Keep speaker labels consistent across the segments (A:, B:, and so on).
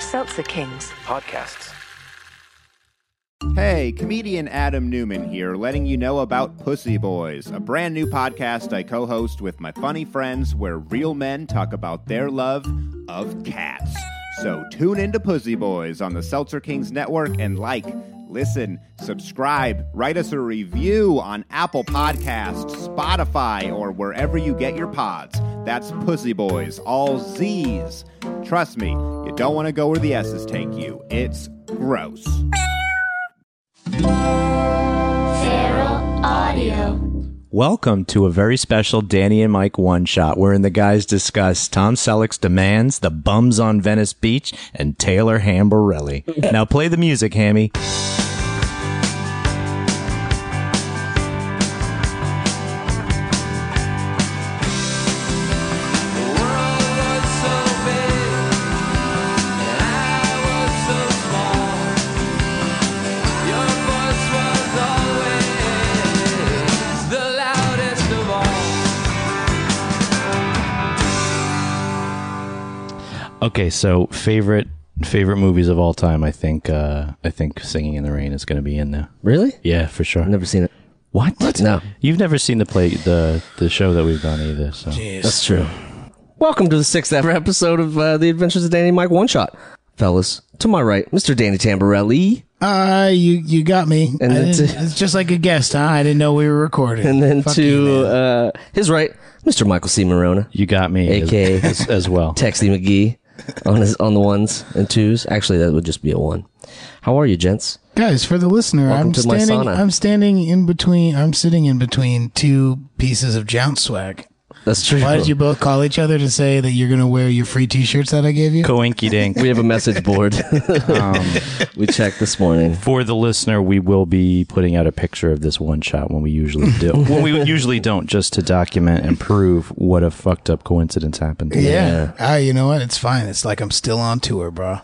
A: Seltzer Kings.
B: podcasts.
C: Hey, comedian Adam Newman here, letting you know about Pussy Boys, a brand new podcast I co host with my funny friends where real men talk about their love of cats. So tune into Pussy Boys on the Seltzer Kings Network and like, listen, subscribe, write us a review on Apple Podcasts, Spotify, or wherever you get your pods. That's Pussy Boys, all Z's. Trust me, you don't want to go where the S's take you. It's gross.
D: Feral Audio.
E: Welcome to a very special Danny and Mike one shot wherein the guys discuss Tom Selleck's demands, the bums on Venice Beach, and Taylor Hamburelli. now play the music, Hammy. Okay, so favorite favorite movies of all time, I think uh I think Singing in the Rain is gonna be in there.
F: Really?
E: Yeah, for sure.
F: I've never seen it.
E: What? what?
F: No.
E: You've never seen the play the the show that we've done either, so
F: That's true. Welcome to the sixth ever episode of uh, The Adventures of Danny and Mike One Shot. Fellas, to my right, Mr. Danny Tamborelli,
G: Uh, you you got me.
F: And
G: I
F: then
G: didn't-
F: to-
G: it's just like a guest, huh? I didn't know we were recording.
F: and then
G: Fuck
F: to
G: you, man.
F: uh, his right, Mr. Michael C. Morona,
E: you got me as-
F: AKA.
E: as, as well.
F: Texty McGee on his on the ones and twos. Actually, that would just be a one. How are you, gents?
G: guys for the listener.
F: Welcome
G: I'm
F: to my
G: standing.
F: sauna.
G: I'm standing in between. I'm sitting in between two pieces of jounce swag.
F: That's true.
G: Why did you both call each other to say that you're gonna wear your free T-shirts that I gave you?
E: Coinky dink.
F: we have a message board. Um, we checked this morning.
E: for the listener, we will be putting out a picture of this one shot when we usually do. when we usually don't, just to document and prove what a fucked up coincidence happened. To you.
G: Yeah. Ah, you know what? It's fine. It's like I'm still on tour, bro.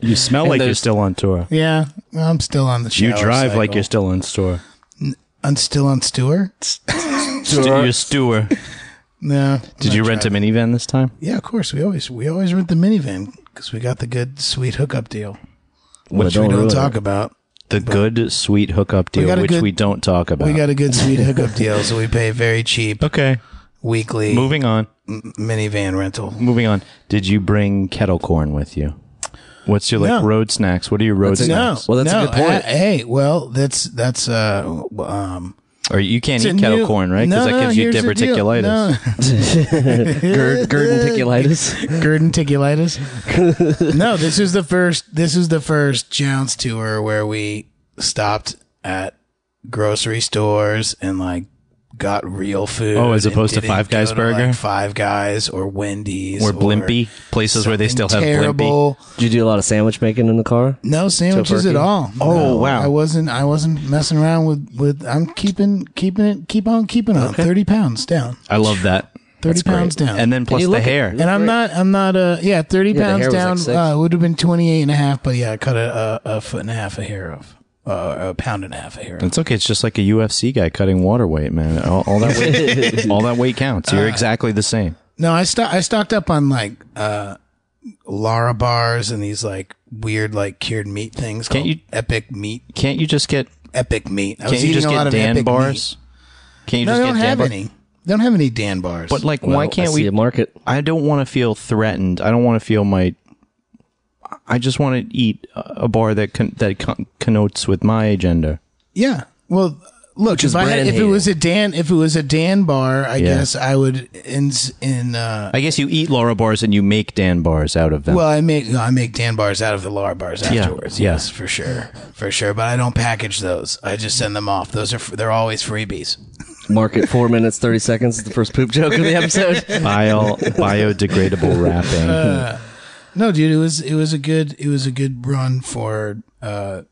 E: you smell like you're still on tour.
G: yeah, I'm still on the show.
E: You drive like you're still on tour.
G: I'm still on tour.
E: Stu- you're Stuart.
G: No.
E: Did you rent a minivan this time?
G: Yeah, of course. We always we always rent the minivan because we got the good sweet hookup deal,
F: Well,
G: which we
F: ruin
G: don't
F: it.
G: talk about.
E: The good, sweet hookup deal,
G: got a
E: which
G: good-
E: we don't talk about.
G: We got a good sweet hookup deal, so we pay very cheap
E: okay.
G: weekly
E: Moving on.
G: minivan rental.
E: Moving on. Did you bring kettle corn with you? What's your like
G: No.
E: road snacks? What are your road
G: No,
E: snacks?
F: Well, that's a
G: no,
F: good point.
G: uh, hey, well, that's that's uh, um,
E: Or you can't
G: it's a
E: eat kettle
G: new-
E: corn, right? Because that
G: No, no,
E: gives you
G: here's the deal.
E: diverticulitis.
F: Gerd, Gerd and Ticulitis.
G: No, gerdenticulitis. no, this is the first. This is the first Jounce tour where we stopped at grocery stores and like got real food.
E: Oh, as
G: and
E: opposed to
G: didn't
E: Five
G: go
E: Guys
G: to,
E: burger?
G: like, Five Guys or Wendy's
E: or Blimpy places where they still
G: something
E: have Blimpy.
G: terrible.
F: Did you do a lot of sandwich making in the car?
G: No sandwiches
F: Tofurkey?
G: at all.
E: Oh,
G: No,
E: wow.
G: I wasn't. I wasn't messing around with with. I'm keeping keeping it. Keep on keeping on. Thirty pounds down.
E: I love that.
G: Thirty pounds down.
E: And then plus
F: you
E: the
F: look at-
E: hair.
G: And I'm not. I'm not. Uh. Yeah. Thirty
F: the
G: pounds
F: hair was like
G: down.
F: six.
G: uh, would have been 28 and a half. But yeah, I cut a, a a foot and a half a hair off. Uh, a pound and a half a hair. off.
E: It's okay. It's just like a UFC guy cutting water weight, man. All, all that weight, all that weight counts. You're exactly the same.
G: No, I stock. I stocked up on like uh, Lara bars and these like weird like cured meat things.
E: Can't
G: called
E: you-
G: Epic meat.
E: Can't you just get?
G: Epic meat. I was
E: Can't you
G: eating
E: just
G: a lot
E: get
G: of
E: Dan
G: epic meat.
E: bars? Can't you
G: No,
E: just
G: I don't
E: get Dan
G: have
E: bar-
G: any. Don't have any Dan bars.
E: But like,
F: Well,
E: why can't
F: I
E: we?
F: see a market?
E: I don't want to feel threatened. I don't want to feel my. I just want to eat a bar that con- that con- connotes with my agenda.
G: Yeah. Well, look,
F: is
G: if, I had,
F: brand
G: if it
F: hating.
G: was a Dan, if it was a Dan bar, I guess I would in in. Uh,
E: I guess you eat Laura bars and you make Dan bars out of them.
G: well, I make I make Dan bars out of the Lara bars
E: Yeah.
G: afterwards.
E: Yeah.
G: Yes, for sure, for sure. But I don't package those. I just send them off. Those are f- they're always freebies.
F: Market four minutes, 30 seconds is the first poop joke of the episode.
E: Bio biodegradable wrapping.
G: No, dude, it was it was a good it was a good run for uh,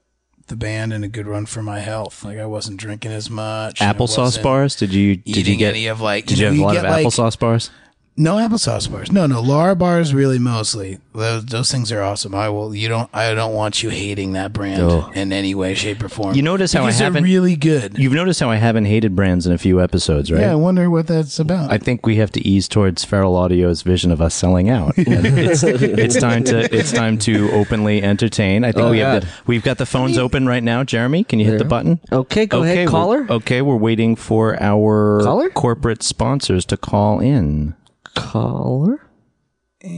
G: the band and a good run for my health. Like I wasn't drinking as much. I
E: applesauce
G: wasn't
E: bars? Did you did you
G: eating
E: get
G: any of like
E: Did you have
G: know,
E: a lot
G: get,
E: of
G: like-
E: applesauce bars?
G: No applesauce bars. No, no Lara bars. Really, mostly those, those things are awesome. I will. You don't. I don't want you hating that brand
E: Oh.
G: in any way, shape, or form.
E: You notice how I
G: Because
E: haven't-
G: They're really good.
E: You've noticed how I haven't hated brands in a few episodes, right?
G: yeah, I wonder what that's about.
E: I think we have to ease towards Feral Audio's vision of us selling out. And it's, it's time to it's time to openly entertain. I think
F: Oh,
E: we have
F: God.
E: the, we've got the phones open right now. Jeremy, can you hit the button?
F: Okay, go ahead,
E: we're-
F: caller.
E: Okay, we're waiting for our
F: Caller?
E: corporate sponsors to call in.
F: Caller?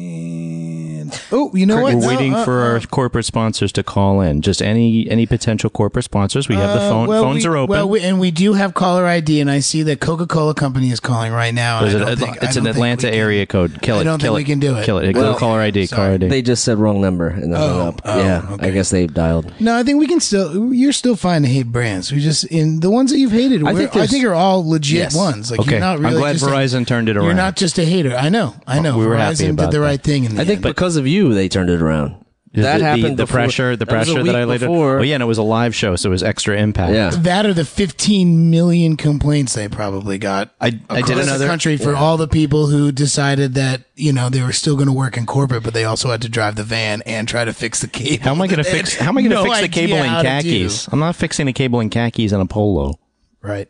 G: and oh, you know what?
E: We're
G: No,
E: waiting
G: uh,
E: for our corporate sponsors to call in. Just any any potential corporate sponsors. We have the
G: uh,
E: phone.
G: well,
E: phones
G: we-
E: are open.
G: Well, we, and we do have caller ID, and I see that Coca Cola Company is calling right now. and
E: Is
G: I
E: it
G: don't
E: Atla-
G: think- I
E: it's
G: don't
E: an
G: think we
E: Atlanta
G: can-
E: area code. Kill it.
G: I don't
E: kill
G: think we can do it.
E: Kill it.
G: Well,
E: caller ID. Caller
G: sorry.
E: ID.
F: They just said wrong number and then
G: Oh,
F: hung up.
G: oh,
F: yeah, I
G: okay.
F: guess they dialed.
G: No, I think we can still. You're still fine to hate brands. We just in the ones that you've hated.
F: I
G: I
F: think
G: think, I
F: there's-
G: think are all legit
F: Yes.
G: ones. Like
E: Okay.
G: you're not
E: I'm
G: really.
E: glad
G: just
E: Verizon
G: a,
E: turned it
G: You're
E: around. Oh,
G: not just a hater. I know. I know.
E: we were
G: Verizon
E: happy about
G: did the
E: that.
G: right thing. In the
F: I think
G: end.
F: because of you, they turned it around. That
E: the,
F: happened.
E: The, the
F: before-
E: pressure, the
F: that was a
E: pressure that,
F: week
E: I laid.
F: before.
E: Oh yeah, and it was a live show, so it was extra impact.
F: Yeah.
G: that are the 15 million complaints they probably got.
E: I, I did
G: across
E: another
G: the country for all the people who decided that you know they were still going to work in corporate, but they also had to drive the van and try to fix the cable.
E: How am I going to
G: They
E: fix?
G: had
E: How am I going to
G: no
E: fix the cable
G: idea
E: in
G: how to do.
E: khakis? I'm not fixing a cable in khakis and a polo.
G: Right.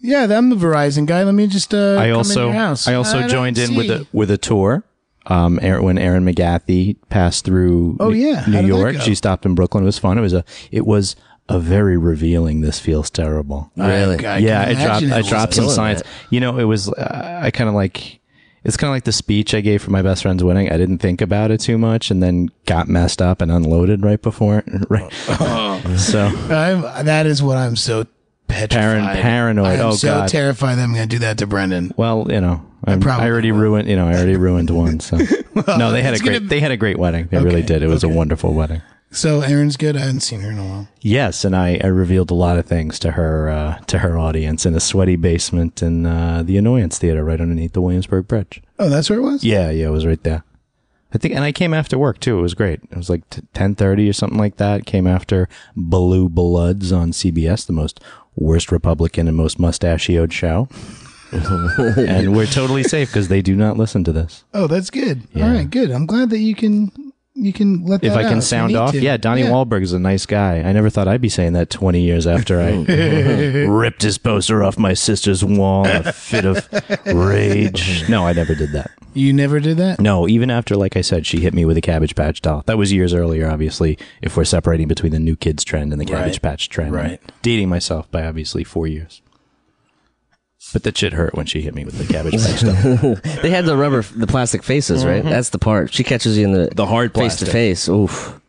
G: Yeah, I'm the Verizon guy. Let me just. Uh, come
E: I
G: in
E: also
G: your house.
E: I also
G: don't
E: joined in with
G: see.
E: a with a tour. Um, Aaron, when Aaron McGathy passed through
G: Oh,
E: New-
G: yeah. How
E: New
G: did that
E: York,
G: go?
E: she stopped in Brooklyn. It was fun. It was a it was a very revealing. This feels terrible.
F: Really?
G: I
E: yeah,
G: can
E: I dropped
G: imagine
E: I
G: it was
E: dropped some
F: feeling
E: science.
F: it.
E: You know, it was uh, I kind of like it's kind of like the speech I gave for my best friend's wedding. I didn't think about it too much, and then got messed up and unloaded right before. Right,
G: Oh.
E: so
G: I'm, that is what I'm so petrified.
E: Paran- paranoid.
G: I'm
E: Oh,
G: so
E: God.
G: terrified that I'm going to do that to Brendan.
E: well, you know, I'm, I,
G: probably
E: already ruined. You know, I already ruined one. So no, they had a
G: it's
E: great
G: gonna-
E: they had a great wedding. They really did. It was a wonderful wedding.
G: So Aaron's good. I haven't seen her in a while.
E: Yes, and I, I revealed a lot of things to her uh, to her audience in a sweaty basement in uh, the Annoyance Theater right underneath the Williamsburg Bridge.
G: Oh, that's where it was.
E: Yeah, yeah, it was right there. I think, and I came after work too. It was great. It was like t- ten thirty or something like that. Came after Blue Bloods on CBS, the most worst Republican and most mustachioed show. and we're totally safe because they do not listen to this.
G: Oh, that's good. All right, good. I'm glad that you can you can let
E: If
G: that
E: I
G: out
E: can
G: you
E: sound
G: need
E: off,
G: to.
E: yeah, Donnie Wahlberg is a nice guy. I never thought I'd be saying that twenty years after I ripped his poster off my sister's wall in a fit of rage. No, I never did that.
G: You never did that.
E: No, even after, like I said, she hit me with a Cabbage Patch doll. That was years earlier, obviously, if we're separating between the new kids trend and the Cabbage
G: Right.
E: Patch trend.
G: Right.
E: Dating myself by obviously four years. But that shit hurt when she hit me with the Cabbage Patch doll.
F: They had the rubber, the plastic faces, right? That's the part. She catches you in the
E: Mm-hmm. The hard
F: face to
E: plastic.
F: face. Oof.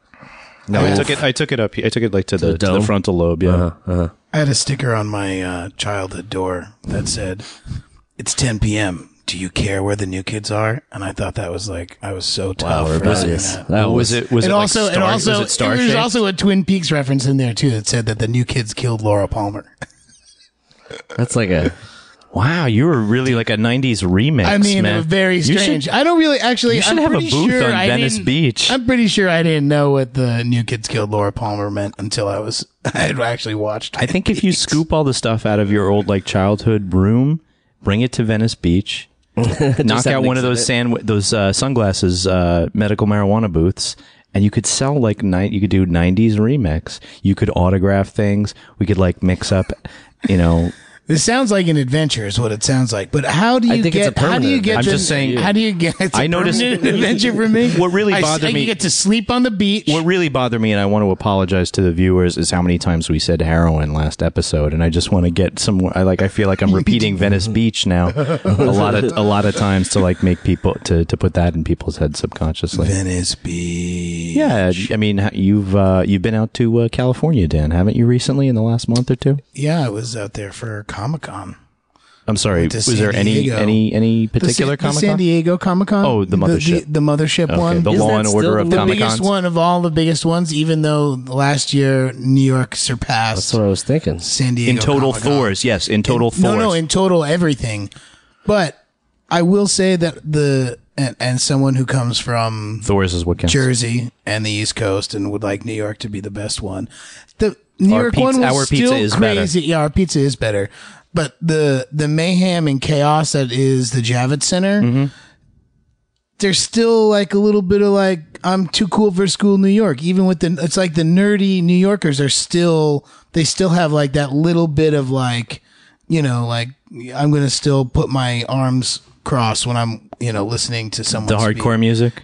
E: No, I took it. I took it up. here. I took it like to, the,
F: the
E: to the
F: dome?
E: frontal lobe. Yeah.
G: Uh-huh. I had a sticker on my uh, childhood door that said, "It's 10 p.m. Do you care where the new kids are?" And I thought that was like I was so tough. for
F: rebellious.
G: having
F: That
G: that.
E: was,
F: was-
E: it? Was
G: It
E: it, like,
G: also, it
E: star-
G: also,
E: was it star
G: there's
E: shaped?
G: also a Twin Peaks reference in there too that said that the new kids killed Laura Palmer.
F: That's like a.
E: wow, you were really like a '90s remix.
G: I mean,
E: man.
G: very
E: You should-
G: strange. I don't really actually.
E: you should
G: I'm
E: have a
G: pretty
E: booth
G: sure
E: on
G: I
E: Venice
G: didn't-
E: Beach.
G: I'm pretty sure I didn't know what the new kids killed Laura Palmer meant until I was I had actually watched.
E: I think if you scoop all the stuff out of your old like childhood room, bring it to Venice Beach, knock
F: have
E: out
F: an
E: one of those sand those uh, sunglasses uh, medical marijuana booths, and you could sell like night. You could do '90s remix. You could autograph things. We could like mix up, you know.
G: This sounds like an adventure, is what it sounds like. But how do you
F: I think it's
G: get?
F: a
G: how do you
F: permanent
G: get?
E: adventure. I'm
G: the-
E: just saying-
G: How do you get? It's
E: I
G: I
E: noticed-
G: noticed an adventure for me.
E: What really
G: I s-
E: bothered
G: I
E: me-
G: get to sleep on the beach.
E: What really bothered me, and I want to apologize to the viewers, is how many times we said heroin last episode, and I just want to get some. I like. I feel like I'm repeating Venice Beach now a lot of a lot of times to like make people to to put that in people's heads subconsciously.
G: Venice Beach.
E: Yeah, I mean, h- you've uh, you've been out to uh, California, Dan, haven't you? Recently, in the last month or two.
G: Yeah, I was out there for Comic Con.
E: I'm sorry.
G: to
E: Was
G: San
E: there any
G: Diego.
E: any any particular
G: the, Sa-
E: Comic
G: the San
E: Con?
G: Diego Comic Con.
E: Oh, the
G: the,
E: mothership.
G: the mothership
E: Okay,
G: one.
E: the
F: Isn't
E: Law
F: that
E: and
F: still
E: Order
F: the
E: of
F: one-
E: Comic
G: biggest
E: Cons.
G: one of all the biggest ones. Even though last year New York surpassed
F: That's what I was thinking.
G: San Diego
E: In total
G: Comic-Con.
E: fours, yes, in total fours.
G: No, no, in total everything. But I will say that the and, and someone who comes from
E: Thors is what counts.
G: Jersey and the East Coast and would like New York to be the best one. The New
E: Our
G: York
E: pizza-
G: one was
E: our pizza
G: still
E: is better.
G: crazy. Yeah, our pizza is better. But the the mayhem and chaos that is the Javits Center,
E: Mm-hmm.
G: there's still like a little bit of like I'm too cool for school New York. Even with the it's like the nerdy New Yorkers are still they still have like that little bit of like you know like I'm gonna still put my arms crossed when I'm you know listening to someone
E: The
G: speak.
E: hardcore music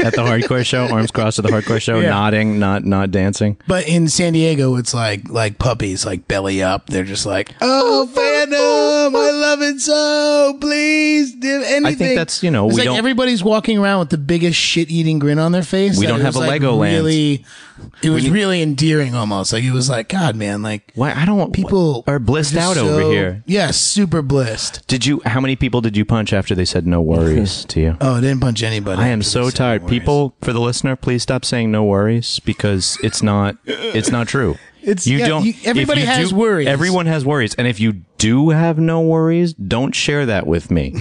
E: at the hardcore show, arms crossed at the hardcore show,
G: Yeah.
E: nodding, not not dancing.
G: But in San Diego, it's like like puppies, like belly up. They're just like, oh, Phantom, I love it so. Please do anything.
E: that's, you know,
G: It's
E: we
G: like
E: don't-
G: everybody's walking around with the biggest shit eating grin on their face.
E: We
G: that
E: don't
G: it
E: have
G: was,
E: a
G: like,
E: Legoland.
G: Really, it was really endearing almost. Like it was like, God, man, like
E: Why I don't want
G: people
E: are blissed
G: just
E: out
G: so-
E: over here.
G: Yeah, super blissed.
E: Did you? How many people did you punch after they said no worries to you?
G: Oh, it didn't punch anybody.
E: I am
G: after
E: so
G: this, no
E: tired.
G: worries.
E: People, for the listener, please stop saying no worries because it's not it's not true.
G: It's- yeah, you-
E: if
G: everybody has
E: do-
G: worries.
E: Everyone has worries, and if you do have no worries, don't share that with me.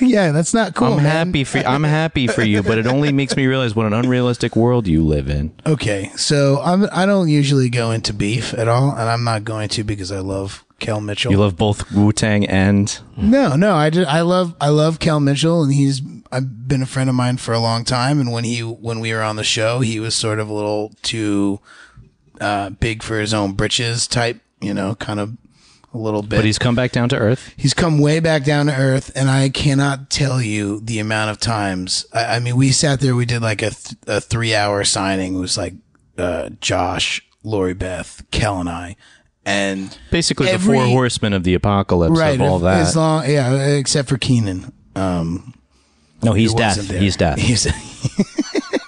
G: Yeah, that's not cool.
E: I'm
G: man.
E: happy for I'm happy for you, but it only makes me realize what an unrealistic world you live in.
G: Okay, so I'm I don't usually go into beef at all, and I'm not going to because I love Kel Mitchell.
E: You love both Wu Tang and
G: no, no, I just I love I love Kel Mitchell, and he's I've been a friend of mine for a long time. And when he when we were on the show, he was sort of a little too uh, big for his own britches type, you know, kind of a little bit.
E: but he's come back down to earth.
G: He's come way back down to earth, and I cannot tell you the amount of times. I, I mean, we sat there, we did like a, th- a three hour signing. It was like uh, Josh, Lori Beth, Kel, and I. And
E: Basically
G: Every-
E: the four horsemen of the apocalypse
G: right,
E: of all
G: if-
E: that.
G: as long, yeah, except for Keenan. Um,
E: no, he's
G: who
E: death.
G: wasn't there.
E: He's death.
G: He's-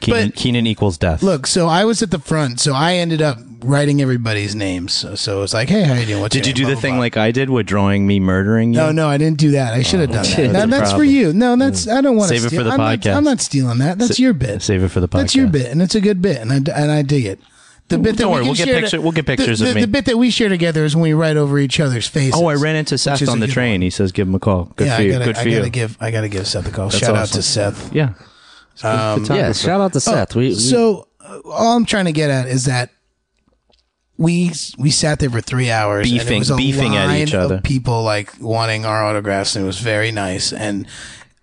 E: Keenan, Keenan equals death.
G: look, so I was at the front, so I ended up writing everybody's names. So, so it was like, hey, how you doing? What's
E: Did
G: your
E: you do
G: name?
E: the
G: Blah,
E: thing
G: blah,
E: like I did with drawing me murdering you? Oh,
G: No, no, I didn't do that. I should have done that.
E: that's
G: That-
E: a
G: that's for
E: problem. Hmm.
G: you. No, that's I don't want to
E: Save it
G: steal.
E: for the
G: I'm not-
E: podcast.
G: I'm not stealing that. That's your bit.
E: Save it for the podcast.
G: That's your bit, and it's a good bit, and I and I dig it. The bit that
E: Don't
G: we
E: worry,
G: can
E: we'll get
G: share
E: picture- we'll get pictures
G: the,
E: of
G: the,
E: me.
G: The bit that we share together is when we write over each other's faces.
E: Oh, I ran into
G: Which
E: Seth
G: is
E: on
G: a
E: the
G: good
E: train.
G: one.
E: He says, "Give him a call. Good
G: Yeah,
E: for
G: I
E: you.
G: gotta,
E: good
G: I
E: for
G: gotta
E: you."
G: give I gotta give Seth a call. Shout out
E: awesome.
G: to Seth.
E: yeah,
G: Um,
F: yeah, shout out
E: Oh,
F: to Seth. we, we-
G: So uh, all I'm trying to get at is that we we sat there for three hours and it
E: Beefing-
G: was a
E: beefing at
G: line
E: each other.
G: of people like wanting our autographs and it was very nice and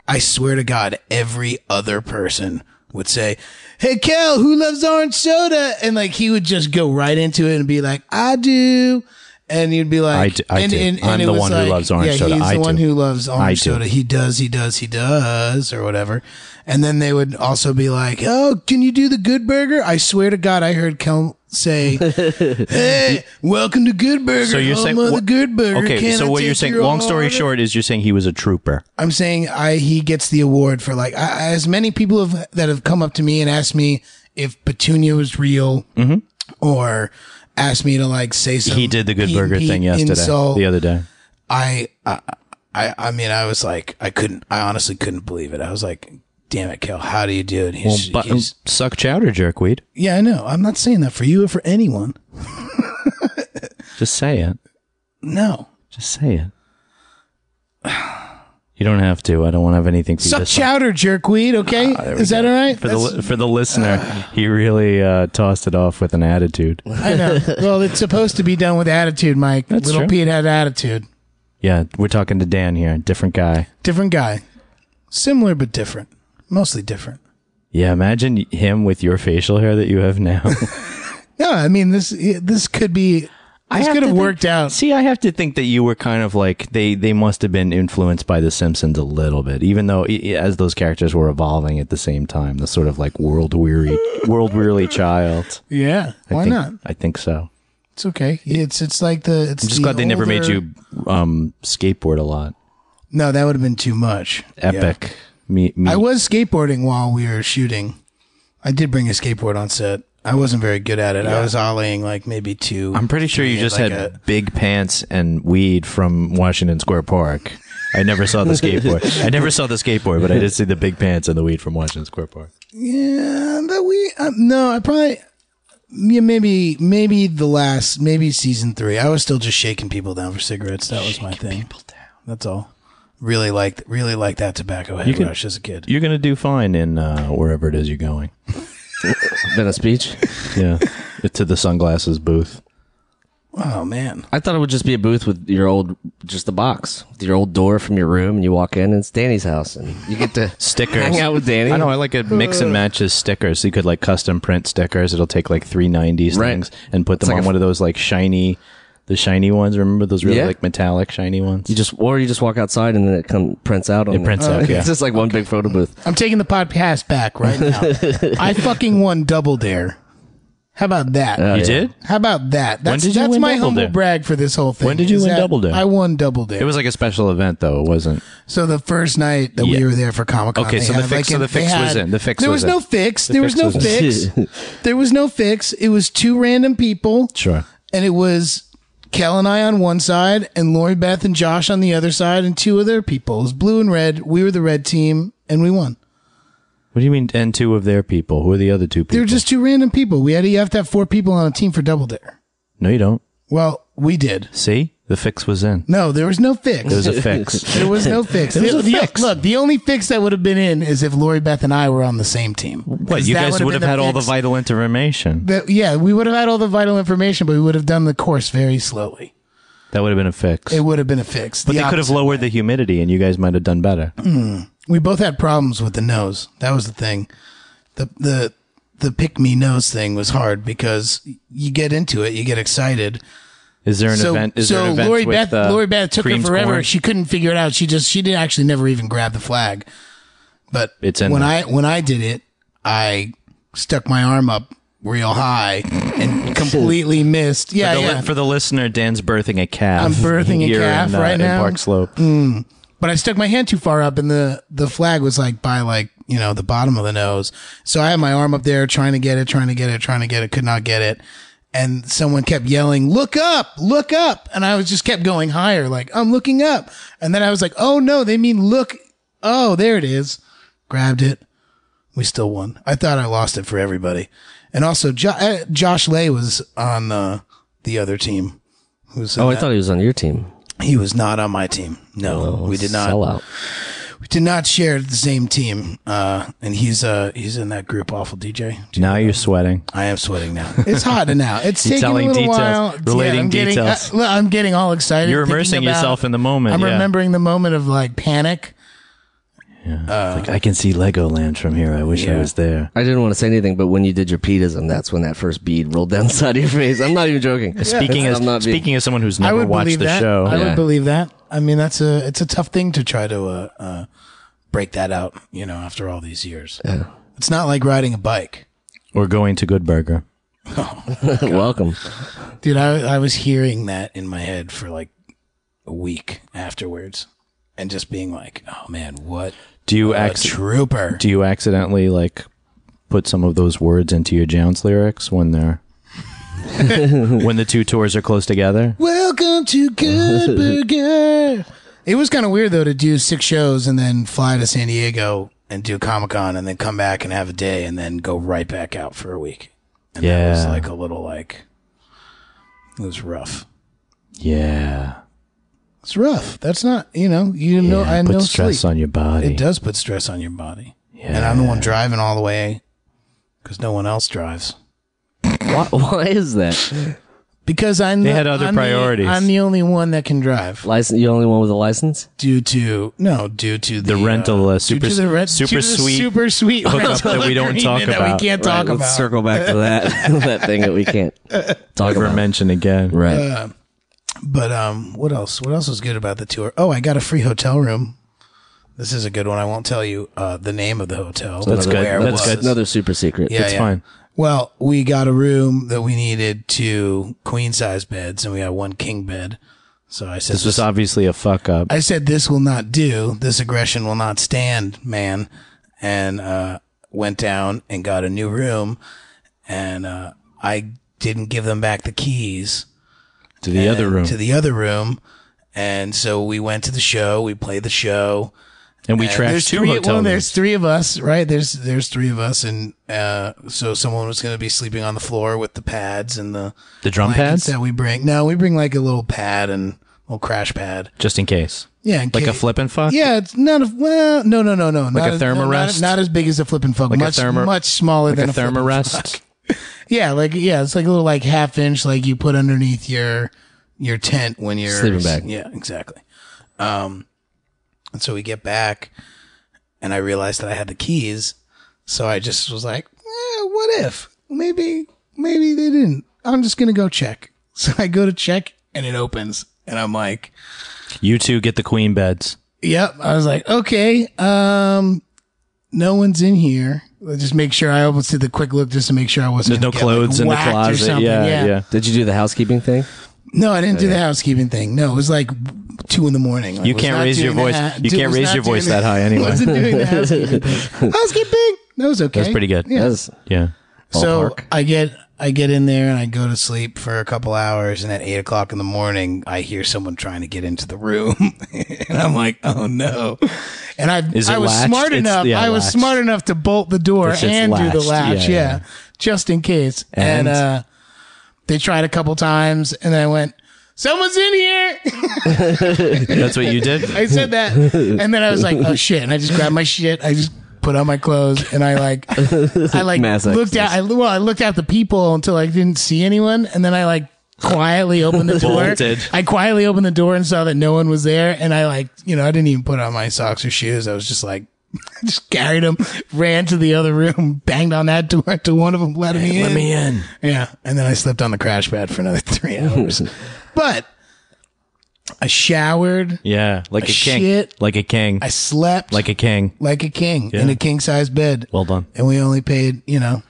G: I swear to God every other person would say hey Kel who loves orange soda and like he would just go right into it and be like I do and you'd be like
E: I do- I
G: and,
E: do.
G: and-
E: I'm
G: and it
E: the
G: was
E: one who
G: like-
E: loves orange
G: yeah,
E: soda.
G: he's
E: I
G: the one
E: do.
G: who loves orange
E: do.
G: soda he does, he does, he does, or whatever. And then they would also be like, "Oh, can you do the Good Burger?" I swear to God, I heard Kel say, "Hey, welcome to Good Burger."
E: So you're saying
G: the
E: what-
G: Good Burger?
E: Okay,
G: Can
E: so
G: I
E: what you're
G: take
E: saying?
G: your
E: Long story
G: order?"
E: short, is you're saying he was a trooper.
G: I'm saying I he gets the award for like I, as many people have that have come up to me and asked me if Petunia was real or asked me to like say something.
E: Mm-hmm. He did the good burger thing yesterday, the other day.
G: I, I, I, I mean, I was like, I couldn't, I honestly couldn't believe it. I was like, damn it, Kel, how do you do it?
E: Well,
G: He's,
E: but, um,
G: he's-
E: suck chowder, jerkweed.
G: yeah, I know. I'm not saying that for you or for anyone.
E: Just say it.
G: No.
E: Just say it. You don't have to. I don't want to have anything for you
G: Suck
E: this
G: chowder, jerkweed, okay?
E: Ah,
G: Is that all right?
E: for the
G: That's-
E: li- for the listener. he really uh, tossed it off with an attitude.
G: I know. Well, it's supposed to be done with attitude, Mike. Little
E: true.
G: Pete had attitude.
E: Yeah, we're talking to Dan here, different guy.
G: Different guy. Similar, but different. Mostly different.
E: Yeah, imagine him with your facial hair that you have now.
G: No, I mean, this, this could be, this could
E: to
G: have worked
E: think-
G: out.
E: See, I have to think that you were kind of like they they must have been influenced by The Simpsons a little bit, even though i- i- as those characters were evolving at the same time, the sort of like world weary world weary child.
G: Yeah. Why
E: I think,
G: not?
E: I think so.
G: It's okay. It's, it's like the, it's
E: I'm just glad they never made you um, skateboard a lot.
G: No, that would have been too much.
E: Epic. Me, me.
G: Yeah. I was skateboarding while we were shooting. I did bring a skateboard on set. I wasn't very good at it. I was ollieing like maybe two.
E: I'm pretty sure you
G: Yeah,
E: just
G: like
E: had
G: a-
E: big pants and weed from Washington Square Park. I never saw the skateboard. I never saw the skateboard, but I did see the big pants and the weed from Washington Square Park.
G: yeah, but we uh, no, I probably yeah maybe maybe the last maybe season three. I was still just shaking people down for cigarettes. That was my thing. People down. That's all. Really liked really liked that tobacco head
E: can-
G: rush as a kid.
E: You're gonna do fine in uh, wherever it is you're going.
F: Venice Beach.
E: Yeah, to the sunglasses booth.
G: Oh man.
F: I thought it would just be a booth with your old, just the box, with your old door from your room, and you walk in, and it's Danny's house, and you get to
E: Stickers.
F: hang out with Danny.
E: I know. I like it. Mix
G: Uh.
E: and matches stickers. So you could like custom print stickers. It'll take like three nineties
F: Right.
E: things and put them
F: like
E: on
F: a-
E: one of those like shiny, the shiny ones. Remember those really
F: Yeah.
E: like metallic shiny ones?
F: You just, or you just walk outside, and then it come prints out. On
E: It prints out, yeah.
F: It's just like one big photo booth.
G: I'm taking the podcast back right now. I fucking won Double Dare. How about that?
E: You did.
G: How about that? That's,
E: did you
G: that's
E: win
G: my
E: Double
G: humble
E: Dare?
G: brag for this whole thing.
E: When did you
G: is
E: win
G: that
E: Double Dare?
G: I won Double Dare.
E: It was like a special event though. It wasn't.
G: so the first night that
E: Yeah.
G: we were there for Comic Con.
E: Okay, so the fix- so the fix was in. The fix
G: There
E: was
G: was,
E: in.
G: no fix.
E: The
G: there
E: fix
G: was no
E: was
F: in.
G: fix. there was no fix. It was two random people.
E: Sure.
G: and it was Kel and I on one side, and Lori Beth and Josh on the other side, and two other people. It was blue and red. We were the red team, and we won.
E: What do you mean? And two of their people. Who are the other two people?
G: They were just two random people. We had to, you have to have four people on a team for double dare.
E: no, you don't.
G: Well, we did.
E: See, the fix was in.
G: No, there was no fix.
E: It was a fix.
G: there was no fix.
E: There was
G: The-
E: a
G: the-
E: fix.
G: Look, the only fix that would have been in is if Lori Beth and I were on the same team.
E: What you guys would have had all the
G: vital.
E: vital information.
G: yeah, we would have had all the vital information, but we would have done the course very slowly.
E: That would have been a fix.
G: It would have been a fix.
E: but
G: The
E: they could have
G: opposite.
E: lowered the humidity, and you guys might have done better.
G: we both had problems with the nose. That was the thing. The the the pick me nose thing was hard because you get into it, you get excited.
E: Is there an
G: so
E: event? Is
G: so
E: there an event
G: Lori
E: with,
G: Beth
E: uh,
G: Lori Beth took her
E: creamed
G: forever.
E: corn?
G: She couldn't figure it out. She just she did actually never even grab the flag. But
E: It's in
G: when
E: there.
G: I when I did it, I stuck my arm up real high and completely missed. Yeah,
E: For the, li-
G: yeah.
E: for the listener, Dan's birthing a calf.
G: I'm birthing a
E: here
G: calf
E: in, uh,
G: right
E: in
G: now.
E: Park Slope.
G: but I stuck my hand too far up and the, the flag was like by like, you know, the bottom of the nose. So I had my arm up there trying to get it, trying to get it, trying to get it, could not get it. And someone kept yelling, look up, look up. And I was just kept going higher, like, I'm looking up. And then I was like, oh no, they mean look. Oh, there it is. Grabbed it. We still won. I thought I lost it for everybody. And also jo- uh, Josh Lay was on the, the other team. Who's
F: Oh, I thought he was on your team.
G: he was not on my team. No,
F: Oh,
G: we did not
F: sell out.
G: we did not share the same team. Uh, and he's uh he's in that group, awful DJ.
E: Now you're sweating.
G: I am sweating now. It's hot now. It's taking
E: telling
G: a little
E: details,
G: while.
E: relating
G: I'm getting-
E: details.
G: I, look, I'm getting all excited.
E: You're
G: thinking
E: immersing
G: about-
E: yourself in the moment.
G: I'm
E: yeah.
G: remembering the moment of like panic.
E: It's like, I can see Legoland from here. I wish I was there.
F: I didn't want to say anything, but when you did your pedism, that's when that first bead rolled down the side of your face. I'm not even joking.
E: Speaking
F: That's-
E: as
F: I'm not being-
E: speaking as someone who's
G: I
E: never
G: would
E: watched
G: believe
E: the
G: that.
E: show,
G: I
F: Yeah.
G: would believe that. I mean, that's a it's a tough thing to try to uh, uh break that out. You know, after all these years, it's not like riding a bike.
E: we're going to Good Burger.
F: welcome.
G: Dude, I, I was hearing that in my head for like a week afterwards and just being like, oh man, what
E: Do you
G: a
E: acc-
G: trooper.
E: do you accidentally like put some of those words into your Jounce lyrics when they're when the two tours are close together?
G: Welcome to Good Burger. It was kind of weird though to do six shows and then fly to San Diego and do Comic Con and then come back and have a day and then go right back out for a week. And that was
E: Yeah.
G: like a little like, it was rough.
E: Yeah,
G: It's rough. That's not, you know, you didn't know,
E: Yeah,
G: I had
E: put
G: no
E: stress
G: sleep.
E: on your body.
G: It does put stress on your body. And I'm the one driving all the way because no one else drives.
F: Why, why is that?
G: Because I'm
E: They
G: the-
E: had other
G: I'm the-
E: priorities.
G: I'm the only one that can drive
F: License? You the only one with a license?
G: due to no due to the,
E: rental, uh,
G: due
E: super-
G: to the rent-
E: super
G: due to the
E: sweet
G: super sweet
E: hookup
G: rental
E: that we don't talk
G: agreement
E: about.
G: that we can't
F: Right,
G: talk
F: let's
G: about.
F: circle back to that that thing that we can't talk
E: Never
F: about.
E: mentioned again.
F: Right.
G: But um, what else? What else was good about the tour? Oh, I got a free hotel room. This is a good one. I won't tell you uh, the name of the hotel.
E: That's
G: but
E: good.
G: where it
E: That's
G: was.
E: good.
F: Another super secret.
G: Yeah,
E: It's
G: yeah.
E: fine.
G: Well, we got a room that we needed two queen size beds, and we had one king bed. So I said,
E: This was obviously a fuck up.
G: I said, this will not do. This aggression will not stand, man. And, uh, went down and got a new room. And, uh, I didn't give them back the keys
E: to the other
G: and-
E: room.
G: to the other room. And so we went to the show. We played the show.
E: and we
G: And
E: trashed
G: Uh, there's
E: two
G: three,
E: hotel
G: well,
E: rooms.
G: there's three of us, right? There's, there's three of us. And, uh, so someone was going to be sleeping on the floor with the pads and the
E: The drum pads?
G: blankets that we bring. No, we bring like a little pad and a little crash pad.
E: Just in case.
G: Yeah. in
E: Like a
G: case-
E: flip and fuck?
G: yeah, it's not a well, no, no, no, no, like
E: a
G: not,
E: thermarest?
G: not, not as big as a flip and fuck,
E: Like a
G: much
E: thermo-
G: much smaller
E: Like a
G: than a, flip and
E: thermarest.
G: fuck. Yeah, like yeah, it's like a little like half inch like you put underneath your your tent when you're
F: Sleeping bag.
G: Yeah, exactly. Um and so we get back and I realized that I had the keys, so I just was like, eh, what if? Maybe maybe they didn't. I'm just gonna go check. So I go to check and it opens and I'm like
E: You two get the queen beds.
G: Yep. I was like, okay, um, no one's in here. Let's just make sure I almost did the quick look just to make sure I wasn't.
E: There's no
G: gonna get, like,
E: clothes in the
G: whacked or
E: closet.
G: something.
E: Yeah, yeah,
F: Did you do the housekeeping thing?
G: No, I didn't do the housekeeping thing. No, it was like two in the morning. Like,
E: You
G: was
E: can't
G: not
E: raise
G: doing
E: your
G: the
E: voice-
G: ha-
E: you
G: do-
E: can't
G: was
E: raise
G: not
E: your
G: doing
E: voice
G: the-
E: that high anyway.
G: wasn't doing the housekeeping. thing. housekeeping. That was okay.
E: That's pretty good.
G: Yeah.
F: Yes.
E: Yeah.
G: So
F: Ballpark.
G: I get I get in there and I go to sleep for a couple hours, and at eight o'clock in the morning, I hear someone trying to get into the room, and I'm like, "Oh no!" And I
E: Is it
G: I was
E: latched?
G: smart
E: It's-
G: enough.
E: yeah,
G: I was
E: latched.
G: smart enough to bolt the door
E: It's- it's
G: and do the
E: latched.
G: latch,
E: Yeah,
G: yeah,
E: yeah.
G: just in case.
E: And?
G: And, uh, they tried a couple times, and I went, "Someone's in here."
E: That's what you did?
G: I said that, and then I was like, "Oh shit!" And I just grabbed my shit. I just put on my clothes, and I like, I like
F: Mass
G: looked out. I, well, I looked out the people until I didn't see anyone, and then I like quietly opened the door.
E: Bolted.
G: I quietly opened the door and saw that no one was there, and I like, you know, I didn't even put on my socks or shoes. I was just like. Just carried him, ran to the other room, banged on that door to one of them, let me in.
E: Let me in.
G: Yeah, and then I slept on the crash pad for another three hours. but I showered,
E: Yeah. Like a king.
G: Shit.
E: Like a king.
G: I slept
E: like a king.
G: like a king in
E: Yeah.
G: a king size bed.
E: Well done.
G: And we only paid, you know,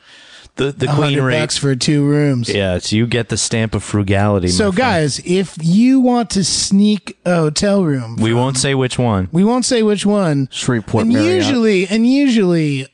E: The the
G: a
E: queen
G: hundred
E: rate.
G: bucks for two rooms.
E: yeah, so you get the stamp of frugality. my
G: So
E: friend.
G: guys, if you want to sneak a hotel room,
E: we
G: we,
E: won't say which one.
G: won't say which one.
F: Shreveport
G: and
F: Marriott.
G: usually, and usually,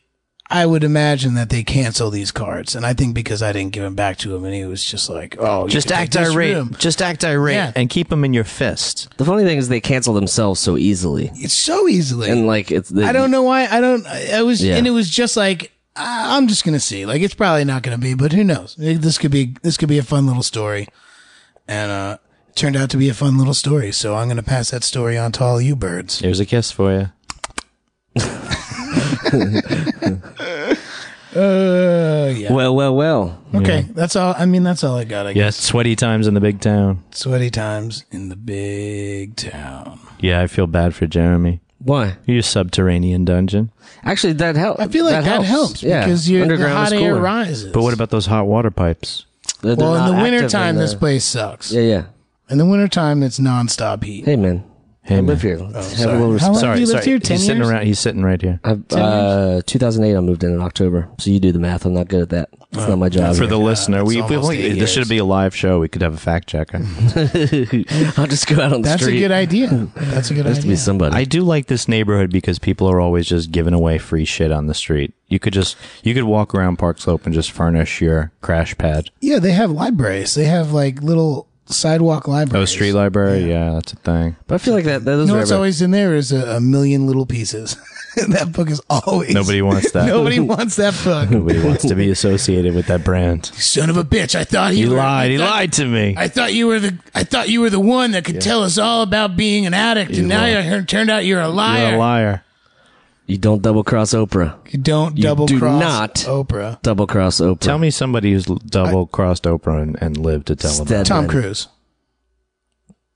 G: I would imagine that they cancel these cards, and I think because I didn't give them back to him, and he was just like, "Oh, you
E: Just
G: can
E: act
G: take this
E: irate.
G: room.
E: Just act irate
G: Yeah.
E: and keep them in your fist.
F: The funny thing is they cancel themselves so easily,
G: It's so easily."
F: and like it's. The,
G: I don't know why. I don't. I I was,
F: Yeah.
G: and it was just like I- I'm just gonna see. Like it's probably not gonna be, but who knows? Like, This could be. This could be a fun little story, and uh, it turned out to be a fun little story. So I'm gonna pass that story on to all you birds.
E: Here's a kiss for you.
G: Uh, yeah.
F: Well, well, well.
G: Okay, that's all. I mean, that's all I got. I
E: Yeah,
G: guess.
E: sweaty times in the big town.
G: Sweaty times in the big town.
E: Yeah, I feel bad for Jeremy.
F: Why?
E: Your subterranean dungeon.
F: Actually, that helps.
G: I feel like that, helps. because you're, the hot
F: is
G: air
F: cooler.
G: rises.
E: But what about those hot water pipes?
F: They're- they're
G: well, in
F: not
G: the
F: active
G: wintertime,
F: in
G: this
F: the-
G: place sucks.
F: Yeah, yeah.
G: In the wintertime, it's nonstop heat.
F: Hey, man. I live here. Let's have a little respect.
G: How long have
E: Oh, Sorry,
G: you lived
E: sorry.
G: here?
E: he's
G: Ten
E: sitting
G: years?
E: around. He's sitting right here.
F: I've, uh, 2008, I moved in in October. So you do the math. I'm not good at that. It's not my job.
E: for the listener, we, we
G: almost eight
E: only,
G: years.
E: this should be a live show. We could have a fact checker.
F: I'll just go out on the
G: That's
F: street.
G: a good idea. That's a good
F: Has to be
G: idea.
F: somebody.
E: I do like this neighborhood because people are always just giving away free shit on the street. You could just you could walk around Park Slope and just furnish your crash pad.
G: Yeah, they have libraries. They have like little sidewalk libraries.
E: Oh, street library, yeah, that's a thing.
F: but I feel like that. that those
G: You know
F: are
G: what's
F: ever-
G: always in there is a, a million little pieces. that book is always
E: Nobody wants that.
G: Nobody wants that book.
E: Nobody wants to be associated with that brand.
G: Son of a bitch! I thought he
E: He
G: were-
E: lied.
G: I
E: He
G: thought-
E: lied to me.
G: I thought you were the. I thought you were the one that could tell us all about being an addict, and now
E: lied.
G: you're, turned out you're a liar.
E: You're a liar.
F: You don't double cross Oprah.
G: You don't double
F: do
G: cross
F: not.
G: Oprah.
F: Double cross Oprah.
E: Tell me somebody who's l- double crossed Oprah and, and lived to tell about.
F: Stead-
E: it.
G: Tom Cruise.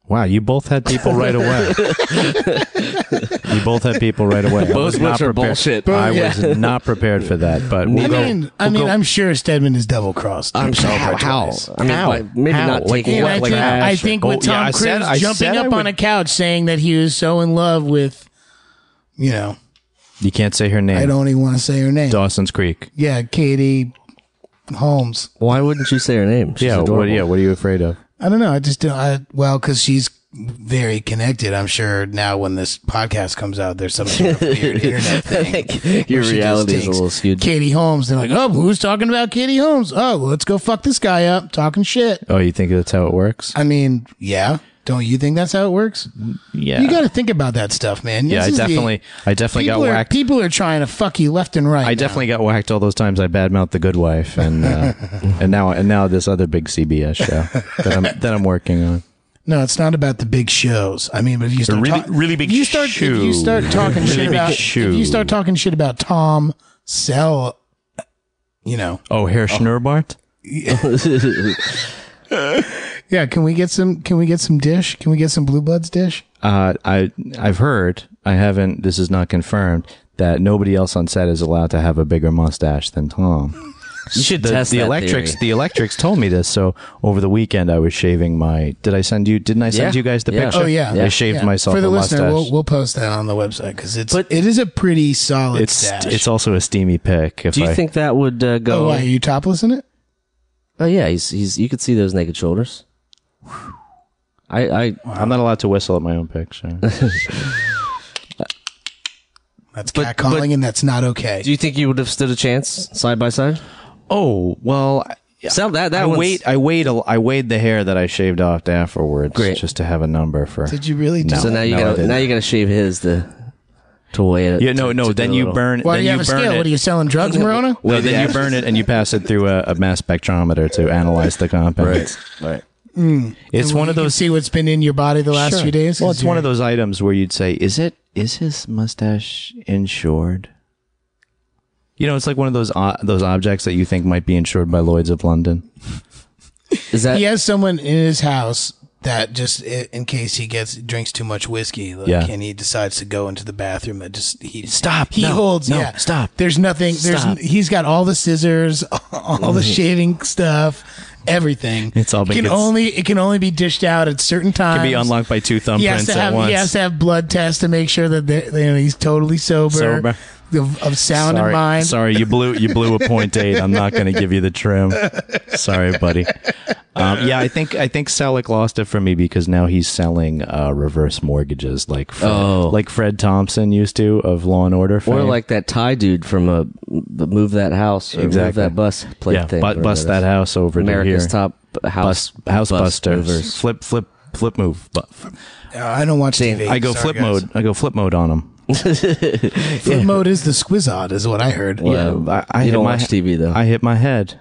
E: Wow, you both had people right away. you both had people right away. I was
F: Both
E: not
F: which are
E: prepared.
F: bullshit.
E: I was not prepared for that, but we'll
G: I
E: go-
G: mean, I
E: we'll
G: mean,
E: go-
G: I'm sure Stedman is double crossed.
F: I'm sure. How? how? I mean, by- maybe
E: How?
F: not
E: Like
F: taking
G: And
E: what? like
G: I, think,
E: Ash
G: I
E: or-
G: think
E: Oh,
G: with Tom
E: yeah, I
G: Cruise
E: said- I
G: jumping
E: said I
G: up on
E: would-
G: a couch saying that he was so in love with, you know,
E: you can't say her name.
G: I don't even want to say her name.
E: Dawson's Creek.
G: Yeah, Katie Holmes.
F: Why wouldn't you say her name? She's
E: yeah,
F: adorable.
E: what, yeah. What are you afraid of?
G: I don't know. I just don't. I, well, because she's very connected. I'm sure now when this podcast comes out, there's some sort of weird internet thing.
F: Your
G: She just
F: reality is a
G: takes
F: little skewed.
G: Katie Holmes. They're like, oh, who's talking about Katie Holmes? Oh, well, let's go fuck this guy up, talking shit.
E: Oh, you think that's how it works?
G: I mean, yeah. Don't you think that's how it works?
E: Yeah,
G: You got to think about that stuff, man.
E: yeah.
G: This
E: I
G: is the-
E: definitely, I definitely got
G: people are,
E: whacked.
G: people are trying to fuck you left and right.
E: I
G: now.
E: definitely got whacked all those times I badmouthed the Good Wife, and uh, and now and now this other big CBS show that I'm that I'm working on.
G: No, it's not about the big shows. I mean, but if you start
E: really-
G: ta-
E: really big
G: if you start, If you
E: shoe.
G: start talking
E: Really
G: shit
E: big
G: about,
E: shoe.
G: if you start talking shit about Tom Sell, you know,
E: Oh, Herr Schnurrbart?
G: Yeah, can we get some? Can we get some dish? Can we get some Blue Bloods dish?
E: Uh, I I've heard I haven't. This is not confirmed that nobody else on set is allowed to have a bigger mustache than Tom.
F: you should
E: The,
F: test
E: the
F: that
E: electrics,
F: theory.
E: the electrics told me this. So over the weekend, I was shaving my. Did I send you? Didn't I send
F: Yeah.
E: you guys the
F: Yeah.
E: picture?
G: Oh yeah,
E: I shaved
G: Yeah.
E: myself
G: For the
E: a
G: listener,
E: mustache.
G: we'll we'll post that on the website because it's
F: But-
G: it is a pretty solid
E: it's
G: stash.
E: it's also a steamy pick. If
F: Do you
E: I,
F: think that would uh, go?
G: oh, why, are you topless in it?
F: Oh, yeah, he's he's. You could see those naked shoulders. I I
E: I'm not allowed to whistle at my own pick? So.
G: That's
F: But-
G: cat catcalling, and that's not okay.
F: do you think you would have stood a chance side by side?
E: oh well. I-
F: So that that
E: I
F: one's-
E: weighed, I weighed, a, I weighed the hair that I shaved off afterwards,
F: Great.
E: just to have a number for.
G: Did you really? do
E: No.
F: So now you
E: I
F: gotta
E: didn't.
F: now you gotta shave his to to weigh it.
E: Yeah, no,
F: to-
E: no.
F: to
E: then
F: do a
E: you
F: little-
E: burn.
G: Why do
E: then
G: you have a
E: burn
G: scale?
E: it.
G: What are you selling drugs, Morona?
E: Well, then you burn it and you pass it through a, a mass spectrometer to analyze the compounds. Right. Right. It's one of
G: Hmm. You can
E: those.
G: see what's been in your body the last
E: Sure.
G: few days.
E: Well, it's one of those items where you'd say, "Is it? Is his mustache insured?" You know, it's like one of those uh, those objects that you think might be insured by Lloyd's of London.
F: Is that
G: He has someone in his house that just i- in case he gets drinks too much whiskey, like,
E: Yeah.
G: and he decides to go into the bathroom. It just he
E: Stop.
G: He
E: No.
G: holds.
E: No.
G: yeah.
E: Stop.
G: There's nothing. There's.
E: Stop. Mm-hmm.
G: n- He's got all the scissors, all the shaving stuff, everything.
E: It's all
G: It
E: been
G: can
E: gets-
G: only. It can only be dished out at certain times.
E: Can be unlocked by two
G: He has
E: thumbprints
G: Um, to
E: at
G: have.
E: once.
G: He has to have blood tests to make sure that they, you know, he's totally sober,
E: Sober.
G: Of, of sound
E: sorry,
G: and mind.
E: Sorry, you blew you blew a point eight. I'm not going to give you the trim. Sorry, buddy. Um, yeah, I think I think Selick lost it for me because now he's selling uh, reverse mortgages like Fred,
F: Oh.
E: like Fred Thompson used to of Law and Order.
F: or
E: fame.
F: like that Thai dude from a the move that house or move
E: Exactly.
F: that bus plate
E: yeah,
F: thing?
E: bu-
F: whatever
E: bust
F: it is.
E: that house over
F: America's
E: to here.
F: top house
E: Bus, house
F: bus
E: busters.
F: movers.
E: Flip flip flip move. Bu-
G: Uh, I don't watch TV.
E: I go
G: Sorry,
E: flip
G: guys.
E: mode. I go flip mode on him.
G: Flip mode is the squizzod, is what I heard.
F: Well,
E: I, I
F: Oh. you
E: hit
F: don't
E: my
F: watch
E: he-
F: TV, though.
E: I hit my head.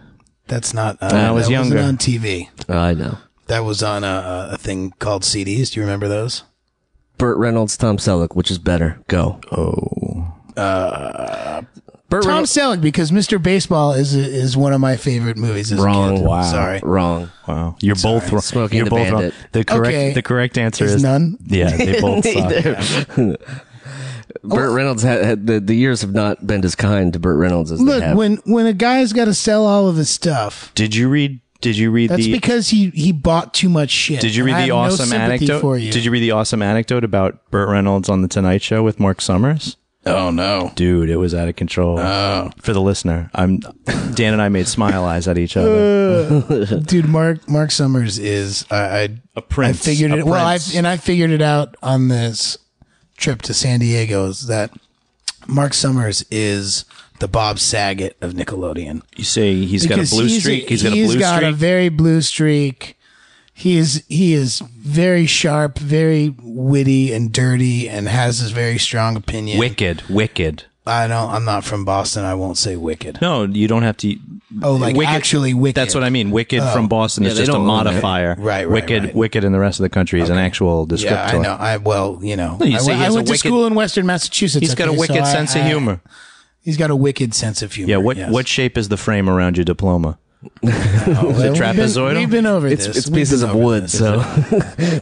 G: That's not. Uh,
E: I was
G: that
E: younger.
G: Wasn't on TV.
F: Oh, I know.
G: That was on uh, a, a thing called CDs. Do you remember those?
F: Burt Reynolds, Tom Selleck, which is better? Go.
E: Oh, Uh,
F: Burt
G: Tom
F: Reynolds.
G: Selleck, because Mr. Baseball is is one of my favorite movies. As a
F: Wrong.
G: kid.
E: Wow.
G: Sorry.
F: Wrong.
E: wow! You're both wrong.
F: Smoking
E: You're
F: the
E: both wrong.
F: Bandit.
E: The correct
G: Okay.
E: the correct answer
G: Is
E: is
G: none?
E: Yeah, they both suck.
F: Burt Reynolds had, had the, the years have not been as kind to Burt Reynolds as they
G: Look,
F: have.
G: when when a guy's got to sell all of his stuff,
E: Did you read? Did you read
G: that's
E: the?
G: because he he bought too much shit.
E: did you
G: And
E: read
G: I
E: the
G: have no
E: awesome
G: sympathy
E: anecdote?
G: For you.
E: Did you read the awesome anecdote about Burt Reynolds on the Tonight Show with Mark Summers?
G: Oh no.
E: Dude, it was out of control.
F: Oh.
E: For the listener, I'm Dan and I made smile eyes at each
G: Uh,
E: other.
G: Dude, Mark Mark Summers is I I,
E: A
G: I
E: prince.
G: figured
E: a
G: it well. I
E: prince.
G: and I figured it out on this trip to San Diego is that Mark Summers is the Bob Saget of Nickelodeon.
E: you see, he's got a
G: Because
E: blue
G: he's
E: streak.
G: A,
E: he's got a blue
G: got
E: streak.
G: a very blue streak. He is he is very sharp, very witty and dirty, and has this very strong opinion.
E: wicked, wicked.
G: I don't. I'm not from Boston. I won't say wicked.
E: No, you don't have to.
G: Oh, like
E: Wicked-
G: actually wicked. Oh.
E: That's what I mean. Wicked from Boston
F: Yeah,
E: is
F: they
E: just a
F: don't own it.
E: modifier.
G: Right, right,
E: Wicked,
G: right.
E: wicked in the rest of the country is an actual descriptor.
G: Yeah, I know. I well, you know,
E: you
G: I,
E: say
G: went-
E: he has
G: I
E: a
G: went to
E: wicked-
G: school in Western Massachusetts.
E: He's got a
G: okay, so
E: wicked
G: I-
E: sense of
G: I-
E: humor.
G: He's got a wicked sense of humor.
E: Yeah, what
G: yes.
E: what shape is the frame around your diploma?
G: Oh, well, we've been-
E: trapezoidal?
G: We've been over
F: it's
G: this.
F: it's
G: We've been
F: pieces of
G: over
F: wood,
G: this.
F: so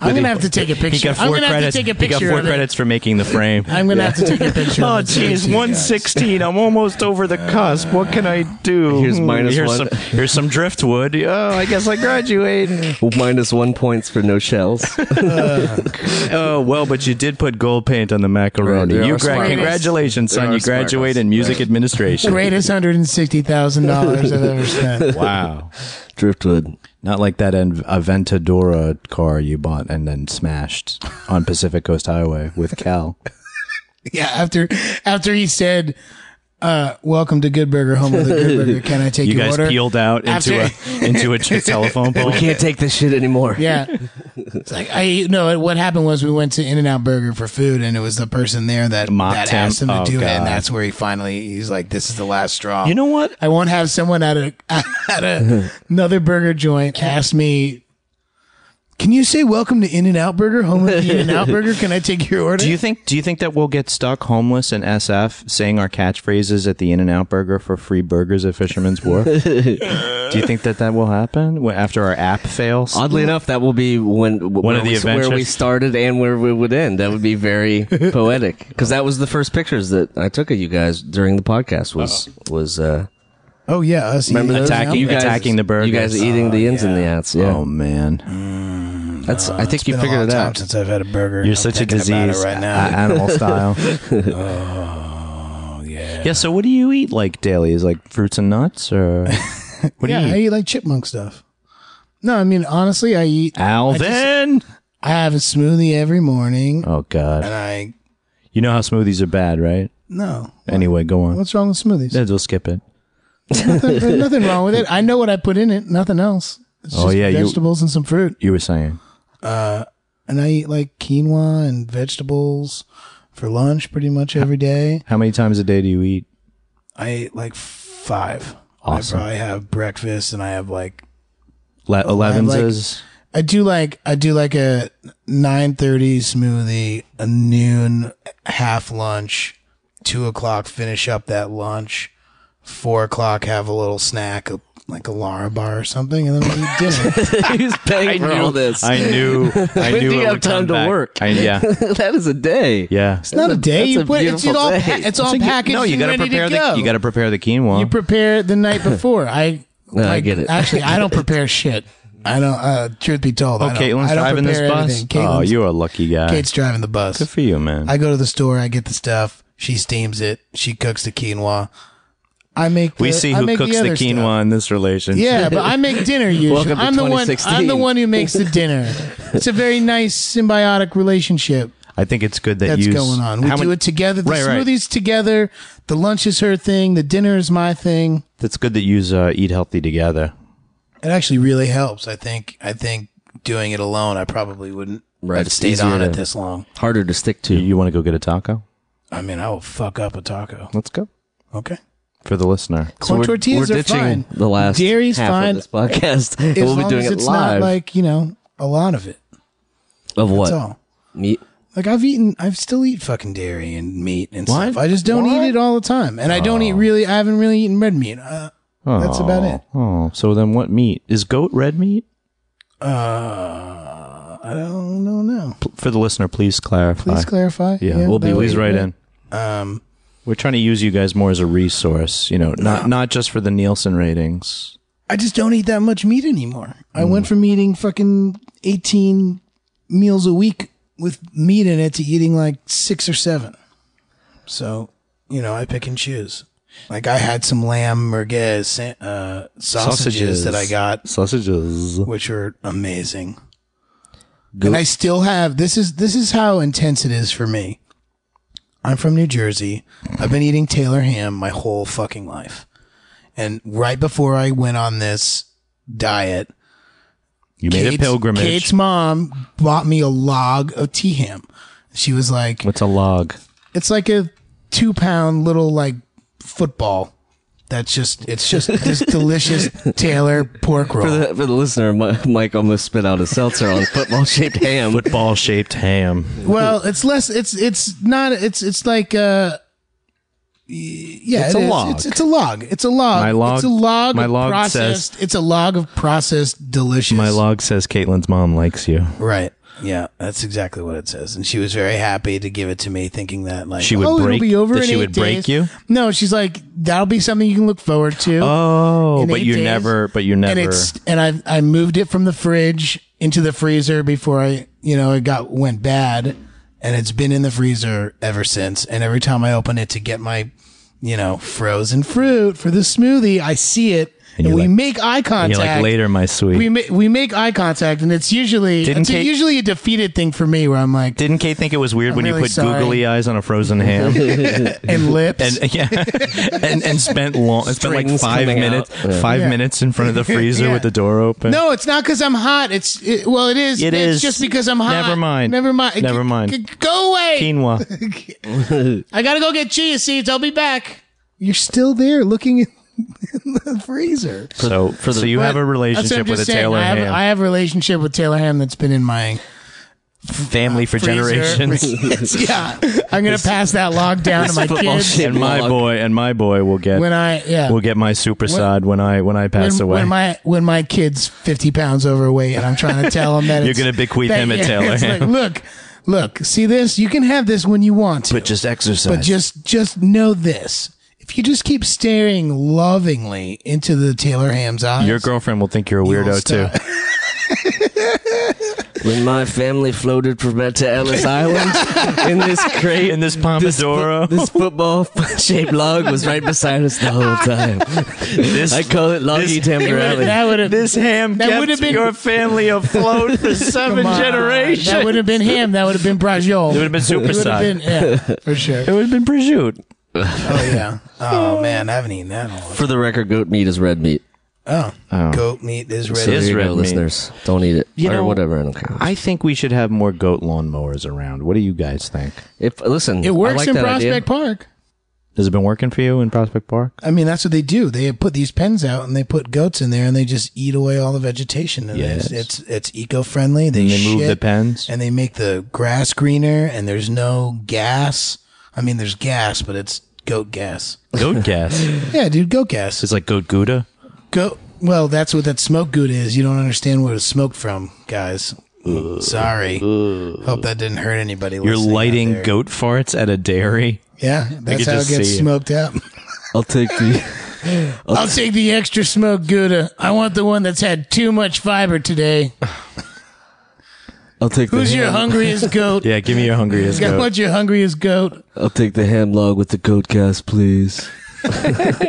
G: I'm gonna have to take a picture.
E: He got
G: I'm
E: four
G: gonna have
E: credits.
G: to take a
E: He
G: picture.
E: got four
G: of it.
E: credits for making the frame.
G: I'm gonna have to take a picture.
E: Oh,
G: of it to
E: geez,
G: you guys.
E: 116. I'm almost over the cusp. What can I do?
F: Here's
E: Hmm,
F: minus
E: here's
F: one.
E: Some, here's some driftwood. Oh, I guess I graduate.
F: minus one points for no shells.
E: oh, well, but you did put gold paint on the
F: Right,
E: macaroni.
F: there
E: you
F: are sparkles.
E: Congratulations,
F: There
E: son.
F: are
E: You graduate
F: sparkles.
E: in music administration.
G: Greatest hundred and sixty thousand dollars I've ever spent.
E: Wow.
F: Driftwood.
E: Not like that Av- Aventadora car you bought and then smashed on Pacific Coast Highway with Cal.
G: Yeah, after after he said, uh, "Welcome to Good Burger, home of the Good Burger. Can I take
E: You
G: your
E: guys
G: order?"
E: peeled out into a into a telephone pole.
F: Can't take this shit anymore.
G: Yeah, it's like I no. What happened was we went to In and Out Burger for food, and it was the person there that
E: Mocked
G: that
E: him.
G: asked him to
E: Oh,
G: do it,
E: God.
G: and that's where he finally he's like, "This is the last straw."
E: You know what?
G: I won't have someone at a at a, another burger joint ask me. Can you say welcome to In and Out Burger, home of In and Out Burger? Can I take your order?
E: Do you think? Do you think that we'll get stuck homeless in SF saying our catchphrases at the In and Out Burger for free burgers at Fisherman's Wharf? do you think that that will happen wh- after our app fails?
F: Oddly enough, that will be when w-
E: One
F: where
E: of the
F: we, where we
E: adventures.
F: started and where we would end. That would be very poetic because that was the first pictures that I took of you guys during the podcast. Was was uh,
G: oh yeah, us
F: remember
G: eating
F: those?
G: In-N-Out
E: Attacking-
F: you guys,
E: attacking the
F: You guys
E: burgers.
F: eating the ins and the outs. Yeah,
E: Oh man,
F: that's. I think you
G: Been a long
F: figured it
G: time
F: out.
G: since I've had a burger.
E: you're
G: I'm
E: such a
G: thinking about it
E: disease.
G: right now.
E: a- animal style.
G: oh yeah.
E: yeah. So what do you eat like daily? Is like fruits and nuts or what
G: yeah,
E: do you
G: I
E: eat?
G: eat like chipmunk stuff. No, I mean honestly, I eat.
E: Alvin.
G: I have a smoothie every morning,
E: oh God.
G: and I
E: You know how smoothies are bad, right?
G: no.
E: Anyway, go on.
G: What's wrong with smoothies?
E: Yeah, we'll skip it.
G: There's nothing wrong with it. I know what I put in it. Nothing else. It's
E: Oh,
G: just
E: yeah, you-
G: vegetables and some fruit.
E: You were saying.
G: And I eat like quinoa and vegetables for lunch pretty much every day.
E: How many times a day do you eat?
G: I eat like five.
E: Awesome.
G: I probably have breakfast, and I have like
E: Le- Elevens
G: like-
E: is
G: I do like I do like a nine thirty smoothie, a noon half lunch, two o'clock finish up that lunch, four o'clock have a little snack, a- like a Lara bar or something, and then we eat dinner.
F: Who's paying for all this?
E: I knew. I
F: When
E: knew.
F: do you
E: it
F: have
E: would come
F: time to
E: back.
F: work?
E: I, yeah.
F: that is a day.
E: Yeah.
G: It's not a day.
F: That's
G: you
F: a
G: put it's
F: beautiful
G: all
F: day.
G: pa- it's all
E: It's like you-
G: packaged.
E: No, you
G: and
E: gotta
G: ready to
E: prepare
G: go.
E: the. You got to prepare the quinoa.
G: You prepare it the night before. I
F: I
G: like,
F: get it.
G: Actually, I don't prepare shit. I don't. Uh, truth be told,
E: oh,
G: I don't,
E: Caitlin's
G: I don't
E: driving this
G: prepare
E: bus.
G: anything.
E: oh,
G: Caitlin's-
E: you're a lucky guy.
G: Kate's driving the bus.
E: Good for you, man.
G: I go to the store, I get the stuff, she steams it, she cooks the quinoa. I make the,
E: we see
G: I
E: who
G: make
E: cooks the,
G: other
E: quinoa
G: stuff.
E: in this relationship.
G: Yeah, but I make dinner usually.
F: Welcome to
G: I'm the one I'm the
F: 2016.
G: one who makes the dinner. It's a very nice symbiotic relationship
E: I think it's good that
G: that's
E: you.
G: going on. We
E: how
G: do
E: many-
G: it together. The
E: Right, right.
G: smoothies together. The lunch is her thing. The dinner is my thing.
E: That's good that you uh, eat healthy together.
G: It actually really helps. I think. I think doing it alone, I probably wouldn't
F: Right,
G: have
F: it's
G: stayed
F: easier
G: on it
F: to-
G: this long.
F: Harder to stick
E: You,
F: to.
E: want to go get a taco?
G: I mean, I will fuck up a taco.
E: Let's go
G: Okay.
E: for the listener.
G: Corn tortillas are fine.
F: the last
G: Dairy's
F: half
G: fine.
F: of this podcast. And
G: as
F: we'll be
G: long
F: doing
G: as
F: it
G: it's
F: live.
G: not like you know a lot of it.
F: of what?
G: That's all.
F: Meat.
G: Like I've eaten, I've still eat fucking dairy and meat and
E: What?
G: stuff. I just don't eat it all the time, and I don't eat really. I haven't really eaten red meat. Uh, That's about it.
E: Oh, so then what meat is goat? Red meat?
G: uh, I don't know now.
E: P- For the listener, please clarify.
G: Please clarify.
E: yeah, we'll be
G: that
E: please
G: would
E: right
G: great.
E: in.
G: Um,
E: We're trying to use you guys more as a resource, you know, not not just for the Nielsen ratings.
G: I just don't eat that much meat anymore. I went from eating fucking eighteen meals a week with meat in it to eating like six or seven. So you know, I pick and choose. Like I had some lamb merguez sa- uh, sausages that I got
E: Sausages.
G: which are amazing. And I still have this is this is how intense it is for me. I'm from New Jersey. I've been eating Taylor ham my whole fucking life. And right before I went on this diet,
E: You made a
G: Kate's-
E: pilgrimage.
G: Kate's mom bought me a log of tea ham. She was like,
E: What's a log?
G: it's like a two pound little like football. That's just it's just this delicious Taylor pork roll.
F: For the, for the listener, Mi- Mike almost spit out a seltzer on football shaped ham.
E: Football shaped ham.
G: Well, it's less. It's it's not. It's it's like uh, y- yeah.
E: It's a
G: it is.
E: log.
G: It's, it's a log. It's a log.
E: My log-
G: It's a log.
E: my
G: of
E: log
G: processed. it's a log of processed delicious.
E: My log says Caitlin's mom likes you.
G: Right. Yeah, that's exactly what it says. And she was very happy to give it to me, thinking that like
E: She would
G: oh,
E: break-
G: it'll be over
E: that
G: in
E: she
G: eight
E: would break
G: days.
E: you?
G: No, she's like that'll be something you can look forward to.
E: Oh,
G: In
E: but
G: eight
E: you
G: days.
E: never. But you never.
G: and it's and I I moved it from the fridge into the freezer before I you know it got went bad, and it's been in the freezer ever since. And every time I open it to get my you know frozen fruit for the smoothie, I see it and,
E: you're
G: we
E: like-
G: make eye
E: and
G: contact.
E: you're like later, my sweet.
G: We, ma- we make eye contact, and it's usually
E: Didn't
G: it's a-
E: Kate-
G: usually a defeated thing for me where I'm like
E: Didn't Kate think it was weird when
G: really
E: you put
G: sorry.
E: googly eyes on a frozen ham?
G: and lips
E: and yeah, and, and spent long. It's been like
F: Strings
E: five
F: coming
E: minutes.
F: out. Yeah.
E: Five
G: Yeah.
E: minutes in front of the freezer
G: Yeah.
E: with the door open.
G: No, it's not because I'm hot. It's it, well, it is.
E: It
G: it's
E: is.
G: just because I'm hot.
E: Never mind.
G: Never mind.
E: Never
G: G-
E: mind.
G: g- go away.
E: quinoa.
G: I gotta go get chia seeds. I'll be back. You're still there looking. in the freezer.
E: So, so you have
G: But
E: a
G: that's what I'm
E: relationship with a
G: just saying.
E: Taylor
G: I have,
E: Ham
G: I have a relationship with Taylor Ham that's been in my
E: family for
G: freezer.
E: generations.
G: yeah. I'm gonna pass that log down to my
F: football
G: kids
F: shit.
E: and my
F: Log.
E: boy and my boy will get
G: when I yeah
E: will get my super sod when I when I
G: when,
E: pass away.
G: when my when my kid's 50 pounds overweight and I'm trying to tell him that
E: You're
G: it's-
E: gonna bequeath
G: that-
E: him a
G: yeah,
E: Taylor
G: it's like,
E: Ham.
G: look, look, see this? You can have this when you want to.
E: but just exercise.
G: But just just know this. If you just keep staring lovingly into the Taylor Ham's eyes,
E: your girlfriend will think you're a weirdo
G: stop.
E: too.
F: When my family floated from Met to Ellis Island in this crate,
E: In this
F: this,
E: Pomodoro,
F: fo-
E: this,
F: this football shaped log was right beside us the whole time. I call it Loggy
E: this-
F: Tamborelli.
G: that would have
E: this ham
G: That
E: kept
G: would've been-
E: your family afloat for seven generations.
G: That would have been him. That would have been Brajol.
E: It would have been super sod.
G: been yeah, for sure.
E: It would have been prosciutto.
G: Oh yeah. Oh man, I haven't eaten that. in a while.
F: For the record, goat meat is red meat.
G: Oh, goat meat is
F: So
G: ready.
E: Is
F: there you
E: red
F: go,
E: meat.
F: listeners. Don't eat it.
E: You
F: or
E: know,
F: whatever. I don't care.
E: I think we should have more goat lawnmowers around. What do you guys think?
F: if, listen,
G: It
F: I
G: works
F: like
G: in
F: that
G: Prospect
F: idea.
G: Park.
E: Has it been working for you in Prospect Park?
G: I mean, that's what they do. They put these pens out and they put goats in there and they just eat away all the vegetation. And
E: Yes.
G: it's, it's it's eco friendly. They,
E: And they move
G: shit,
E: the pens?
G: and they make the grass greener. And there's no gas. I mean, there's gas, but it's goat gas.
E: Goat gas.
G: Yeah, dude, goat gas.
E: It's like goat gouda.
G: Go. Well, that's what that smoke good is. You don't understand where it's smoked from, guys. Sorry. Hope that didn't hurt anybody.
E: You're
G: listening out
E: lighting
G: there.
E: goat farts at a dairy.
G: Yeah, that's
E: could
G: how it
E: just
G: gets
E: see it.
G: smoked up.
F: I'll take the.
G: I'll take the extra smoked Gouda. I want the one that's had too much fiber today.
F: I'll take
G: Who's
F: the.
G: your
F: ham-
G: hungriest goat?
E: Yeah, give me your hungriest
G: I
E: goat.
G: want your hungriest goat.
F: I'll take the ham log with the goat gas, please.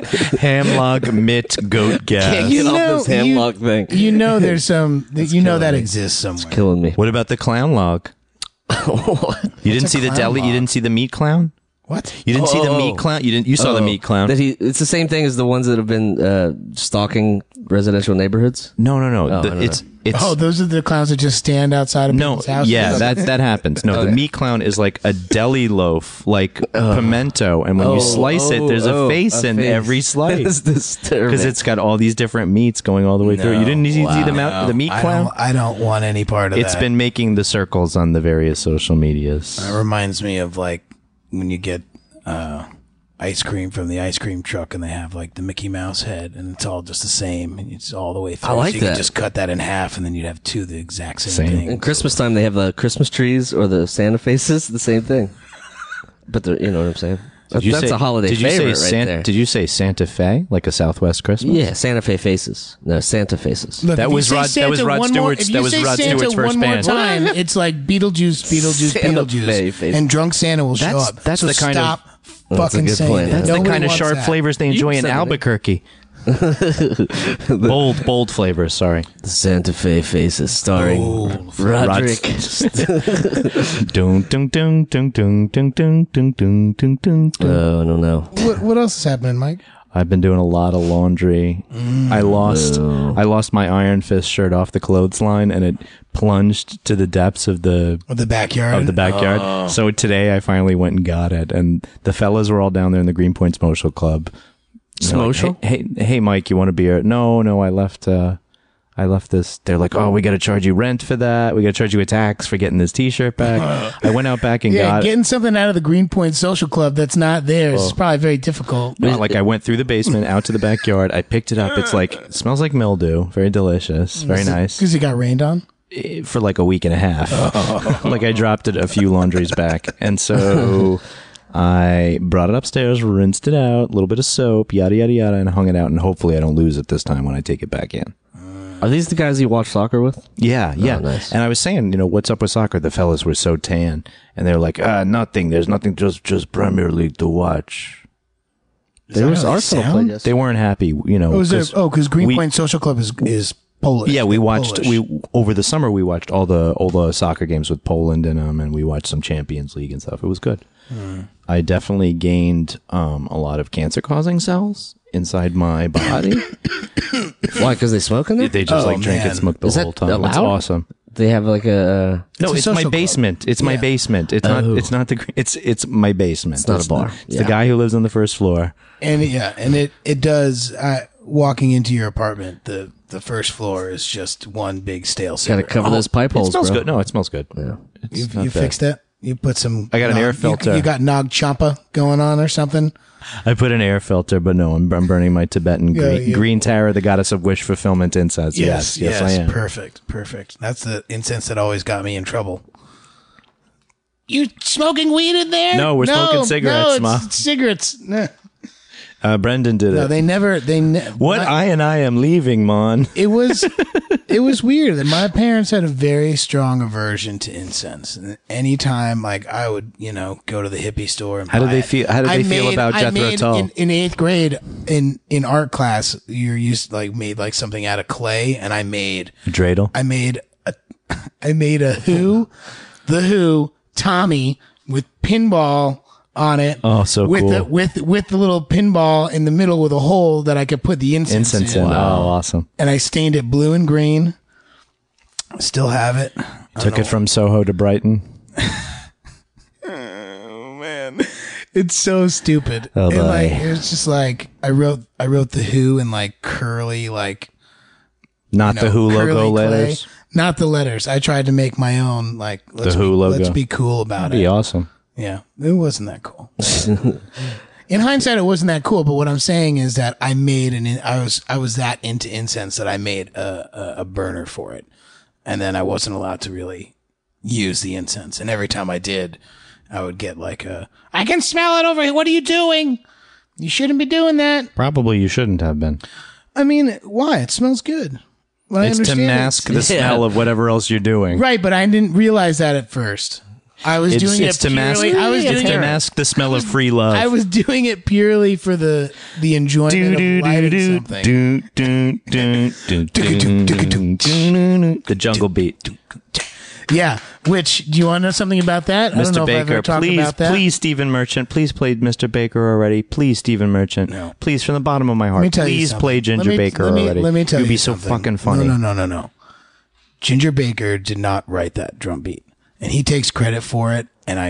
E: Hamlog mitt goat gas.
G: You
F: Get off
G: know-
F: this ham
G: you-
F: log thing.
G: You know, there's some. you know that exists somewhere.
F: Killing me.
E: What about the clown log?
F: what?
E: You didn't see the
G: clown
E: deli. You
G: log?
E: didn't see the meat clown.
G: What?
E: You didn't see the
F: Oh.
E: meat clown. You didn't. You saw the meat clown.
F: That he, it's the same thing as the ones that have been uh, stalking residential neighborhoods.
E: no, no, no.
F: Oh,
E: The-
F: I don't
E: it's it's
G: Oh, those are the clowns that just stand outside of
E: no.
G: people's houses.
E: Yeah, that that happens. No, the meat clown is like a deli loaf, like pimento, and when you slice it, there's
F: oh,
E: a face in every
F: That's
E: slice
F: disturbing.
E: because it's got all these different meats going all the way through. You didn't see the mount, the meat
G: I
E: clown.
G: don't, I don't want any part of
E: It's
G: that.
E: been making the circles on the various social medias.
G: It reminds me of like when you get uh, ice cream from the ice cream truck, and they have like the Mickey Mouse head, and it's all just the same, and it's all the way through.
F: I like
G: so you could
F: that.
G: just cut that in half, and then you'd have two the exact same,
E: Same.
G: thing.
F: In Christmas time, they have the Christmas trees or the Santa faces, the same thing. But they're, you know what I'm saying? That-
E: Did you
F: that's
E: say-
F: a holiday
E: did you
F: favorite
E: say
F: right
E: San-
F: there.
E: Did you say Santa Fe, like a Southwest Christmas?
F: yeah, Santa Fe faces. No, Santa faces.
G: Look,
E: That
G: if you
E: was
G: say
E: Rod- that was Rod
G: one
E: Stewart's-
G: if
E: that
G: you
E: was
G: say
E: Rod
G: Santa
E: Stewart's first
G: one more
E: band.
G: time, it's like Beetlejuice, Beetlejuice,
F: Santa
G: Beetlejuice,
F: Babyface.
G: and drunk Santa will show
E: That's-
G: up.
E: that's
G: so
E: the kind of-
G: stop
F: That's a
G: fucking
F: good
G: saying
F: point.
G: it.
E: That's
G: Nobody
E: the kind of
G: wants
E: sharp
G: that.
E: flavers they enjoy in
F: said it.
E: Albuquerque. bold, bold flavors. Sorry,
F: The Santa Fe faces starring
E: Oh,
F: Roderick.
E: Dun, dun, dun, dun, dun, dun, dun, dun, dun, dun, dun, dun.
F: Oh, I don't know.
G: What, what else is happening, Mike?
E: I've been doing a lot of laundry. I lost, I lost my Iron Fist shirt off the clothesline, and it plunged to the depths of the
G: With the backyard.
E: of the backyard.
G: Oh.
E: So today I finally went and got it, and the fellas were all down there in the Greenpoint Social Club. And they're like,
F: Smocial?
E: hey, hey, hey, Mike, you want a beer? No, no, I left. Uh, I left this. They're like, oh, we got to charge you rent for that. We got to charge you a tax for getting this T-shirt back. I went out back and
G: yeah,
E: got. Oh.
G: getting something out of the Greenpoint Social Club that's not theirs is probably very difficult.
E: No, like I went through the basement out to the backyard. I picked it up. It's like smells like mildew. Very delicious. Very nice.
G: Because it got rained on.
E: eh, for like a week and a half. like I dropped it a few laundries back. And so I brought it upstairs, rinsed it out, a little bit of soap, yada, yada, yada, and hung it out. And hopefully I don't lose it this time when I take it back in.
F: Are these the guys you watch soccer with?
E: Yeah, yeah.
F: nice.
E: And I was saying, you know, what's up with soccer? The fellas were so tan. And they were like, ah, nothing. There's nothing just, just Premier League to watch.
F: There was
G: how they
F: Arsenal
G: sound?
F: played yesterday.
E: They weren't happy, you know.
G: Oh, is there,
E: 'cause
G: oh, because Greenpoint
E: we-
G: Social Club is is Polish.
E: Yeah, we watched
G: Polish.
E: we over the summer we watched all the all the soccer games with Poland in them, and we watched some Champions League and stuff. It was good.
F: Hmm.
E: I definitely gained um, a lot of cancer causing cells inside my body.
F: Why? Because they smoke in there?
E: they just like drink
G: man.
E: and smoke the
F: Oh, Is that
E: whole time. It's
F: allowed?
E: awesome.
F: They have like a. uh, Oh.
E: No,
G: a
E: it's, my
G: social club.
E: basement. It's my basement. It's not. It's not the. gr- It's it's my basement. It's
F: not a
E: the-
F: bar.
E: It's
F: Yeah.
E: the guy who lives on the first floor.
G: And yeah, and it it does. I, walking into your apartment, the the first floor is just one big stale
F: Got to
G: cigarette.
F: cover those pipe holes,
E: Oh, it smells
F: bro.
E: good. No, it smells good.
F: Yeah.
E: It's
G: You,
E: not
G: you
E: bad.
G: fixed that. You put some.
E: I got an
G: Nog-
E: air
G: you-
E: filter.
G: You, got Nog Champa going on or something.
E: I put an air filter, but no, I'm, I'm burning my Tibetan
G: Yeah,
E: green,
G: you-
E: green Tara, the goddess of wish fulfillment incense. Yes, yes, I am.
G: Perfect, perfect. That's the incense that always got me in trouble. You smoking weed in there?
E: No, we're smoking cigarettes,
G: no, it's
E: Ma.
G: Cigarettes. No,
E: uh, Brendan did
G: no,
E: it.
G: they never. They ne-
E: what
G: my-
E: I and I am leaving, Mon.
G: it was it was weird that my parents had a very strong aversion to incense. And anytime like I would, you know, go to the hippie store and
E: How do
G: buy
E: they
G: it.
E: feel- how do
G: I
E: they feel
G: made-
E: about
G: I
E: Jethro
G: made
E: Tull?
G: In, in eighth grade in in art class, you're used like made like something out of clay and I made
E: Dreidel.
G: I made a I made a Who, the Who, Tommy with pinball on it.
E: Oh, so
G: with
E: cool.
G: the, with with the little pinball in the middle with a hole that I could put the incense,
E: Incense
G: in
E: in. Oh, awesome.
G: and I stained it blue and green. Still have it.
E: Took it from Soho to Brighton.
G: It's so stupid.
E: Oh,
G: and like
E: boy.
G: it was just like I wrote I wrote the who in like curly like
E: Not
G: you
E: the
G: know,
E: Who
G: curly
E: logo
G: clay.
E: letters.
G: Not the letters. I tried to make my own like let's
E: Who
G: be,
E: logo.
G: Let's be cool about
E: That'd be
G: it.
E: awesome.
G: Yeah. It wasn't that cool. in hindsight it wasn't that cool, but what I'm saying is that I made an in- I was I was that into incense that I made a, a, a burner for it. And then I wasn't allowed to really use the incense. And every time I did, I would get like a I can smell it over here. What are you doing? You shouldn't be doing that.
E: Probably you shouldn't have been.
G: I mean, why? It smells good. Well, I
E: It's to
G: understand it.
E: mask the smell of whatever else you're doing.
G: Right, but I didn't realize that at first. I was
E: It's,
G: doing
E: it's
G: it
E: to mask.
G: purely- I was
E: it's
G: doing
E: to
G: it
E: mask the smell of free love.
G: I was doing it purely for the the enjoyment of lighting something.
E: do, do, do, do, do, do, do, do. the jungle beat.
G: Yeah. Which do you want to know something about that? I don't
E: Mr.
G: know if I've
E: Baker,
G: ever talked
E: please,
G: about that.
E: please, Stephen Merchant, please play Mr. Baker already. Please, Stephen Merchant,
G: No.
E: please, from the bottom of my
G: Let me
E: heart,
G: tell you
E: please
G: something.
E: play
G: Let
E: Ginger
G: me-
E: Baker
G: let me,
E: already.
G: Let me tell
E: You'd
G: you
E: be so
G: something.
E: fucking funny.
G: No, no, no, no, no. Ginger Baker did not write that drum beat, and he takes credit for it. And I,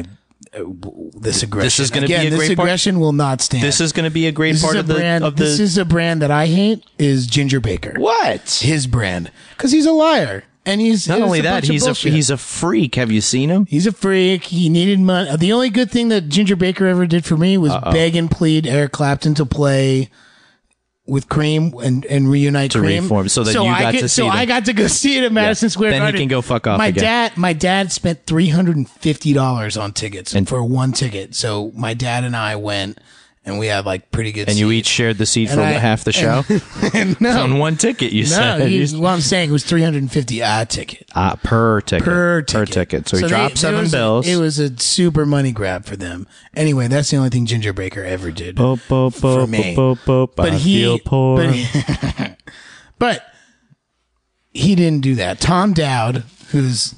G: uh, w- this aggression.
E: is gonna be
G: Again,
E: a
G: This
E: great part-
G: aggression will not stand.
E: This is going to be a great
G: This
E: part
G: is a
E: of the
G: brand.
E: of the.
G: this is a brand that I hate. Is Ginger Baker
E: what?
G: his brand? Because he's a liar, and he's
E: Not
G: it's
E: only
G: a
E: that,
G: bunch of
E: he's a
G: bullshit.
E: he's a freak. Have you seen him?
G: He's a freak. He needed money. The only good thing that Ginger Baker ever did for me was beg and plead Eric Clapton to play with Cream and, and reunite
E: To
G: Cream.
E: reform, so that you
G: I
E: got
G: could-
E: to see
G: So
E: them.
G: I got to go see it at Madison
E: Yeah.
G: Square
E: Then he
G: Garden.
E: can go fuck off
G: My
E: again.
G: dad, my dad spent three hundred and fifty dollars on tickets
E: And-
G: for one ticket. So my dad and I went, and we had like pretty good.
E: And you each
G: seats.
E: shared the seat
G: And
E: for
G: I-
E: half the show
G: And no,
E: on one ticket. You
G: no.
E: said
G: you- what I'm saying it was three hundred and fifty a ticket.
E: Ah, per ticket.
G: per ticket.
E: So, he
G: they-
E: dropped
G: there
E: seven
G: was a-
E: bills.
G: it was a super money grab for them. Anyway, that's the only thing Ginger Baker ever did
E: Bo- bo- bo-
G: for me.
E: bo- bo- bo-
G: but
E: I
G: he,
E: feel poor.
G: But, but he didn't do that. Tom Dowd, who's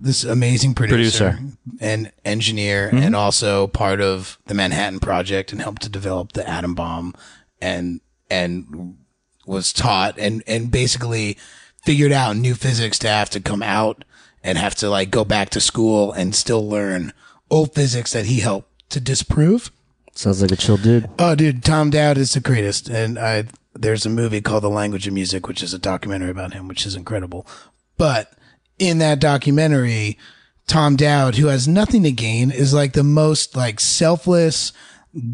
G: this amazing producer,
E: Producer.
G: and engineer, and also part of the Manhattan Project, and helped to develop the atom bomb, and and was taught and and basically figured out new physics to have to come out and have to like go back to school and still learn old physics that he helped to disprove.
F: Sounds like a chill dude.
G: Oh, dude, Tom Dowd is the greatest, and I there's a movie called The Language of Music, which is a documentary about him, which is incredible. But in that documentary, Tom Dowd, who has nothing to gain, is like the most like selfless,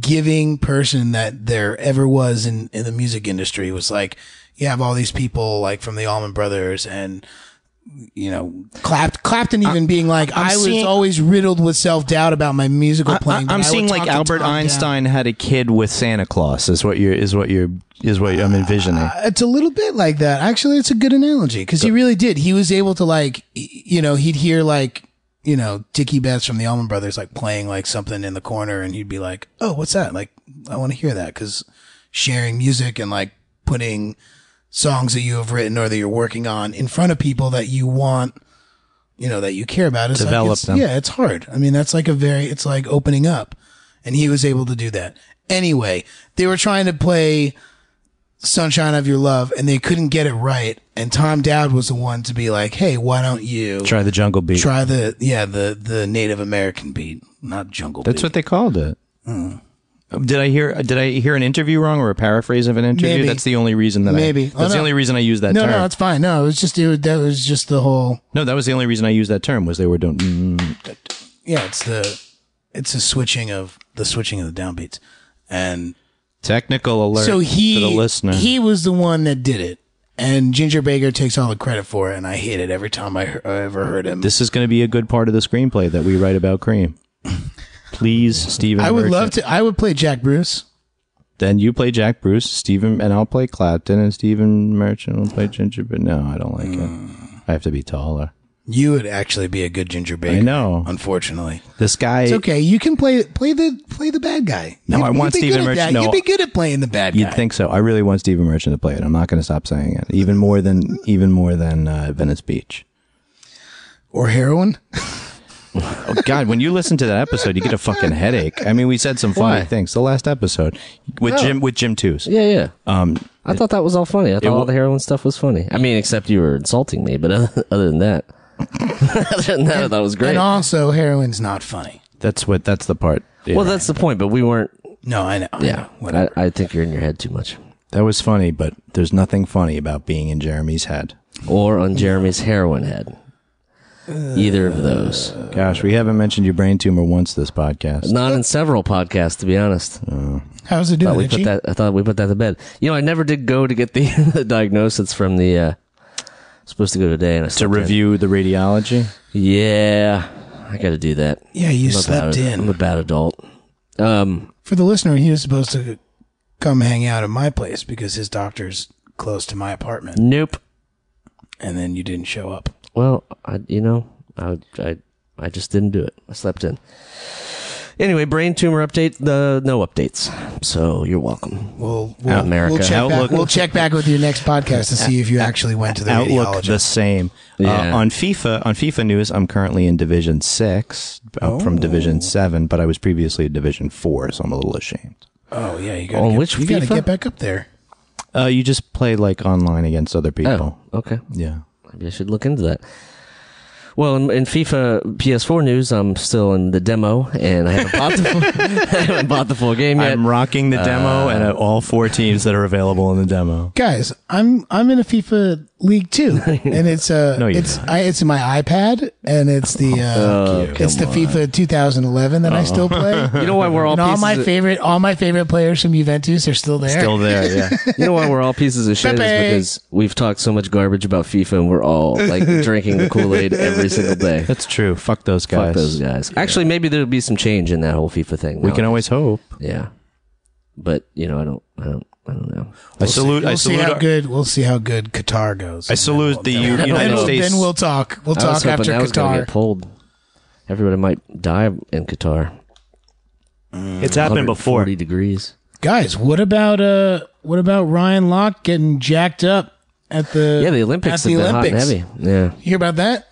G: giving person that there ever was in in the music industry. It was like you have all these people like from the Allman Brothers and. You know, Clapt, Clapton even being like, i was
E: seeing-
G: always riddled with self doubt about my musical playing. but
E: I'm
G: I would
E: seeing
G: talk
E: like
G: to
E: Albert
G: Tom Dowd.
E: Einstein had a kid with Santa Claus. Is what you're is what you're is what I'm envisioning.
G: Uh, it's a little bit like that. Actually, it's a good analogy because he really did. He was able to like, y- you know, he'd hear like, you know, Dickie Betts from the Allman Brothers like playing like something in the corner, and he'd be like, "Oh, what's that?" Like, I want to hear that because sharing music and like putting songs that you have written or that you're working on in front of people that you want, you know, that you care about is like,
E: Develop
G: it's-
E: them.
G: Yeah, it's hard. I mean, that's like a very, it's like opening up, and he was able to do that. Anyway, they were trying to play Sunshine of Your Love, and they couldn't get it right. And Tom Dowd was the one to be like, "Hey, why don't you
E: Try the jungle beat.
G: try the yeah the the Native American beat, not jungle
E: That's
G: beat."
E: what they called it.
G: Hmm.
E: Did I hear? Did I hear an interview wrong or a paraphrase of an interview?
G: Maybe.
E: That's the only reason that I,
G: Maybe.
E: that's
G: Oh,
E: the
G: no.
E: only reason I used that
G: no,
E: term.
G: no, it's fine. No, it was just it was, that was just the whole
E: no, that was the only reason I used that term was they were doing. Mm,
G: yeah. It's the it's a switching of the switching of the downbeats, and
E: technical alert
G: so he
E: to the listener.
G: he was the one that did it, and Ginger Baker takes all the credit for it, and I hate it every time I, he- I ever heard him.
E: this is going to be a good part of the screenplay that we write about cream. Please, Stephen.
G: I would
E: Merchant.
G: love to. I would play Jack Bruce.
E: Then you play Jack Bruce, Stephen, and I'll play Clapton, and Stephen Merchant will play Ginger. But no, I don't like it. I have to be taller.
G: You would actually be a good Ginger Baker.
E: I know.
G: Unfortunately,
E: This guy,
G: it's okay. You can play play the play the bad guy.
E: No, I want
G: be
E: Stephen
G: good at
E: Merchant.
G: that.
E: No.
G: You'd be good at playing the bad
E: you'd
G: guy.
E: think so. I really want Stephen Merchant to play it. I'm not going to stop saying it, even more than even more than uh, Venice Beach.
G: or heroin.
E: Oh God, when you listen to that episode, you get a fucking headache. I mean, we said some funny
F: Why? Oh.
E: things. The last episode with Jim with Jim Twos.
F: Yeah, yeah.
E: Um,
F: I thought that was all funny. I thought all
E: wa-
F: the heroin stuff was funny. I mean, except you were insulting me, but other, other than that, other than that, I thought it was great.
G: And also, heroin's not funny.
E: that's what that's the part. Yeah.
F: well, that's the point. But we weren't.
G: No, I know.
F: Yeah, I, I think you're in your head too much,
E: that was funny, but there's nothing funny about being in Jeremy's head.
F: or on Jeremy's heroin head. Either of those.
E: Gosh, we haven't mentioned your brain tumor once this podcast.
F: Not in several podcasts, to be honest.
G: How's it
F: thought
G: doing?
F: we put
G: Itchy?
F: that. I thought we put that to bed. You know, I never did go to get the, the diagnosis from the. Uh, supposed to go today, and I
E: to
F: slept in.
E: review the radiology.
F: Yeah, I got to do that.
G: yeah, you
F: I'm a
G: slept
F: bad- I'm a
G: in.
F: bad adult. Um,
G: For the listener, he was supposed to come hang out at my place because his doctor's close to my apartment,
F: nope.
G: and then you didn't show up.
F: Well, I, you know, I, I, I just didn't do it. I slept in. Anyway, brain tumor update. The no updates. So you're welcome.
G: We'll we'll,
F: America.
G: we'll check
E: Outlook.
G: back. We'll check back with your next podcast to see if you actually went to the
E: Outlook the
G: radiologist.
E: same.
F: Yeah.
E: Uh, on FIFA, on FIFA news, I'm currently in Division Six, up
G: Oh.
E: from Division Seven, but I was previously in Division Four, so I'm a little ashamed.
G: Oh yeah, you gotta
F: On
G: get,
F: which
G: you gotta
F: FIFA?
G: get back up there.
E: Uh, you just play like online against other people.
F: Oh, okay.
E: Yeah.
F: Maybe I should look into that. Well, in, in FIFA PS4 news, I'm still in the demo, and I haven't bought the full, I haven't bought the full game yet.
E: I'm rocking the demo and uh, all four teams that are available in the demo.
G: Guys, I'm I'm in a FIFA league too, and it's uh
E: No, you're
G: it's
E: not.
G: I, it's in my iPad, and it's
F: Oh,
G: the uh, it's the FIFA 2011 that I still play.
F: You know why we're all
G: and all
F: pieces
G: my
F: of-
G: favorite all my favorite players from Juventus are still there.
E: Still there, yeah.
F: You know why we're all pieces of shit
G: Pepe.
F: is because we've talked so much garbage about FIFA and we're all like drinking the Kool Aid every single day.
E: That's true. Fuck those guys.
F: Fuck those guys. Actually, maybe there'll be some change in that whole FIFA thing.
E: We
F: now.
E: can always hope.
F: yeah. But you know, I don't, I don't, I don't know.
E: I salute. I
G: We'll see
E: salute.
G: how
E: our-
G: good we'll see how good Qatar goes.
E: I salute the U-
G: then,
E: United
G: we'll,
E: States.
G: then we'll talk. We'll
F: I was hoping
G: talk after
F: that was gonna
G: Qatar.
F: get pulled. Everybody might die in Qatar.
E: it's happened before.
F: Forty degrees.
G: Guys, what about uh what about Ryan Locke getting jacked up at the
F: Yeah, the Olympics
G: at the
F: have been
G: Olympics?
F: hot and heavy. Yeah.
G: You hear about that?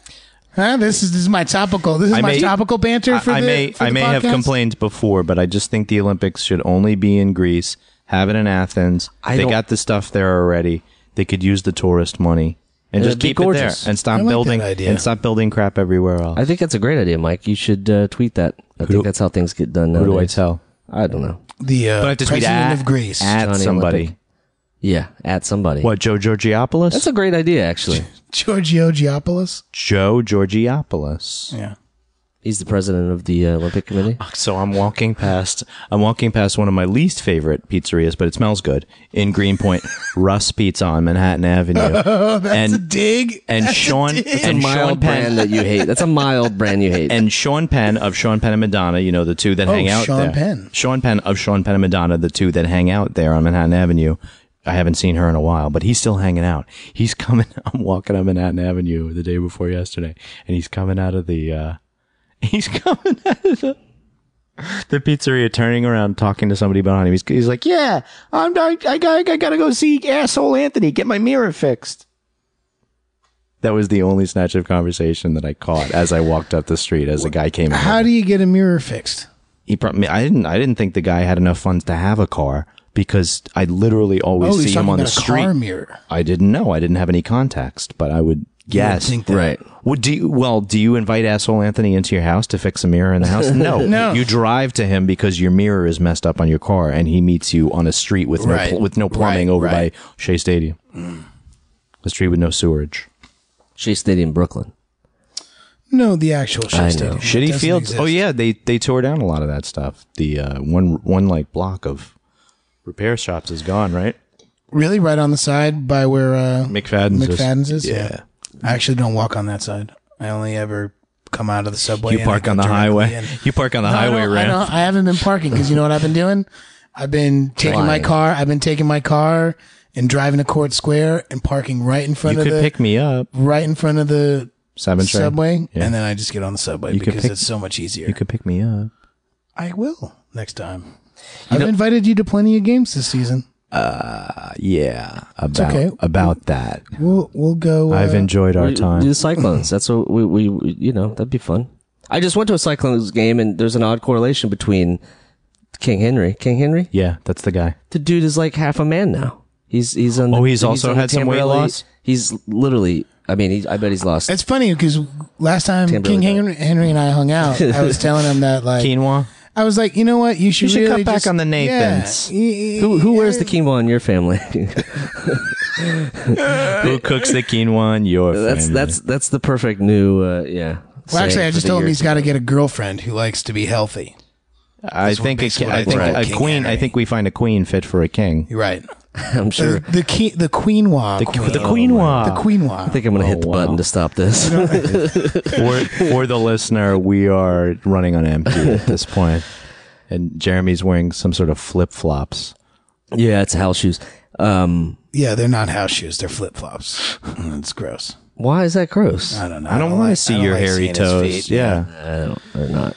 G: Huh? This is this is my topical. This is
E: I
G: my
E: may-
G: topical banter for
E: I, I
G: the
E: may
G: for
E: I
G: the
E: may have
G: podcast?
E: complained before, but I just think the Olympics should only be in Greece. Have it in Athens.
F: I
E: they
F: don't-
E: got the stuff there already. They could use the tourist money and
F: It'd
E: just
F: be
E: keep it there
F: gorgeous.
E: and stop
G: like that
E: building
G: idea.
E: and stop building crap everywhere else.
F: I think that's a great idea, Mike. You should uh, tweet that. I think
E: do-
F: that's how things get done.
E: Who do I
F: nowadays.
E: tell?
F: I don't know.
G: The uh,
E: But I have to tweet
G: president
E: at,
G: of Greece.
E: at
F: Johnny
E: somebody.
F: Olympic. Yeah, at somebody.
E: What Joe Georgiopoulos?
F: That's a great idea, actually.
G: Giorgio Giopoulos.
E: Joe Georgiopoulos.
G: Yeah.
F: He's the president of the uh, Olympic Committee.
E: So I'm walking past I'm walking past one of my least favorite pizzerias, but it smells good in Greenpoint, Russ Pizza on Manhattan Avenue.
G: Oh,
E: and
G: That's a dig.
E: and Sean and Sean
F: mild
E: Penn
F: brand that you hate. That's a mild brand you hate.
E: and Sean Penn of Sean Penn and Madonna, you know, the two that hang out
G: Oh, Sean
E: there.
G: Penn.
E: Sean Penn of Sean Penn and Madonna, the two that hang out there on Manhattan Avenue. I haven't seen her in a while, but he's still hanging out. He's coming. I'm walking on Manhattan Avenue the day before yesterday, and he's coming out of the. uh He's coming out of the, the pizzeria, turning around, talking to somebody behind him. He's, he's like, "Yeah, I'm. I, I, got- I gotta go see asshole Anthony get my mirror fixed." That was the only snatch of conversation that I caught as I walked up the street as a guy came. in
G: How do you get a mirror fixed?
E: he prob- I didn't I didn't think the guy had enough funds to have a car, because I literally always
G: oh, he's
E: see him
G: talking
E: on
G: about
E: the
G: a car
E: street.
G: mirror.
E: I didn't know. I didn't have any context, but I would guess.
G: think that-
F: Right.
E: Would do you, well? Do you invite asshole Anthony into your house to fix a mirror in the house? No,
G: No.
E: You drive to him because your mirror is messed up on your car, and he meets you on a street with no
G: Right.
E: pl- with no plumbing
G: Right,
E: over
G: right.
E: by Shea Stadium. A street with no sewerage.
F: Shea Stadium, Brooklyn.
G: No, the actual
F: I
G: Shea
F: know.
G: Stadium. It
E: Shitty
G: doesn't
E: fields.
G: exist.
E: Oh yeah, they they tore down a lot of that stuff. The uh, one one like block of repair shops is gone, right?
G: Really, right on the side by where uh,
E: McFadden's is-
G: McFadden's is.
E: yeah.
G: I actually don't walk on that side. I only ever come out of the subway.
E: You
G: and I
E: park
G: go
E: on the
G: directly
E: highway.
G: in.
E: You park on the
G: No, I
E: highway
G: don't- I,
E: ramp.
G: don't- I haven't been parking because you know what I've been doing? I've been taking my
F: Flying.
G: car. I've been taking my car and driving to Court Square and parking right in front
E: You
G: of
E: could
G: the
E: pick me up.
G: right in front of the
E: Seven train.
G: subway,
E: Yeah.
G: and then I just get on the subway
E: could
G: because
E: pick-
G: it's so much easier.
E: You could pick me up.
G: I will next time. I've invited you to plenty of games this season.
E: Uh, Yeah, about
G: okay.
E: about that.
G: We'll we'll go. Uh,
E: I've enjoyed our
F: We- Do
E: time.
F: the Cyclones. That's what we, we, we, you know, that'd be fun. I just went to a Cyclones game and there's an odd correlation between King Henry. King Henry?
E: Yeah, that's the guy.
F: The dude is like half a man now. He's, he's on.
E: Oh,
F: the-
E: he's also
F: on the
E: had some weight
F: Tamburelli-
E: loss?
F: He's literally, I mean, he, I bet he's lost.
G: it's funny because last time
F: Tamburelli
G: King
F: died.
G: Henry, Henry and I hung out, I was telling him that like
E: Quinoa.
G: I was like, you know what, you should,
E: should cut
G: really
E: back
G: just-
E: on the
G: yeah.
E: Nathans.
G: Y- y-
F: who, who wears the quinoa in your family?
E: Who cooks the quinoa in your
F: that's,
E: family?
F: that's, that's the perfect new, uh, yeah.
G: Well, actually,
F: saying
G: I
F: for
G: just
F: the
G: told him
F: year.
G: he's got to get a girlfriend who likes to be healthy.
E: I think a,
G: basically
E: ki-
G: what
E: I
G: I
E: think
G: think
E: a
G: of King
E: queen. I
G: Henry.
E: think we find a queen fit for a king.
G: You're right.
F: I'm sure.
G: The the, qui- the quinoa.
E: The,
G: queen.
E: the quinoa.
G: The quinoa.
F: I think I'm going to hit the
E: Oh,
F: button to stop this.
E: for, for the listener, we are running on empty at this point, and Jeremy's wearing some sort of flip flops.
F: yeah, it's house shoes. Um,
G: yeah, they're not house shoes. They're flip flops. It's gross.
F: why is that gross?
G: I don't know.
E: I don't want to
G: like- I
E: see
G: don't
E: your
G: like
E: hairy
G: seeing his
E: toes.
G: feet.
E: Yeah.
F: or not.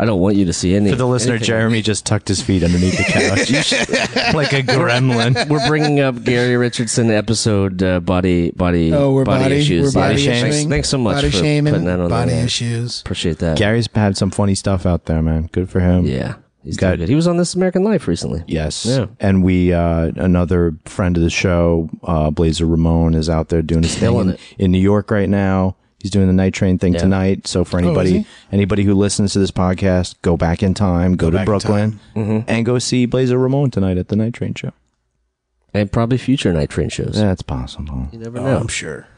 F: I don't want you to see any.
E: For the listener,
F: anything.
E: Jeremy just tucked his feet underneath the couch like a gremlin.
F: We're bringing up Gary Richardson episode uh, body body
G: Oh, we're
F: body,
G: body,
F: issues.
G: We're
F: Yeah,
G: body,
E: shaming.
F: Thanks,
G: shaming.
F: thanks so much
G: Body
F: for
G: shaming.
F: putting that on
G: body
F: the air.
G: issues.
F: Appreciate that.
E: Gary's had some funny stuff out there, man. Good for him.
F: Yeah, he's
E: Got-
F: got good. He was on This American Life recently.
E: Yes.
F: Yeah.
E: And we uh another friend of the show, uh Blazer Ramon is out there doing his
F: Killing
E: thing
F: it.
E: in, in New York right now. He's doing the night train thing tonight. So for anybody
G: Oh, he?
E: anybody who listens to this podcast, go back in time, go, to
G: back in
E: Brooklyn
F: Mm-hmm.
E: and go see Blazer Ramon tonight at the night train show.
F: and probably future Night Train shows.
E: That's possible.
F: You never
G: Oh,
F: know.
G: I'm sure.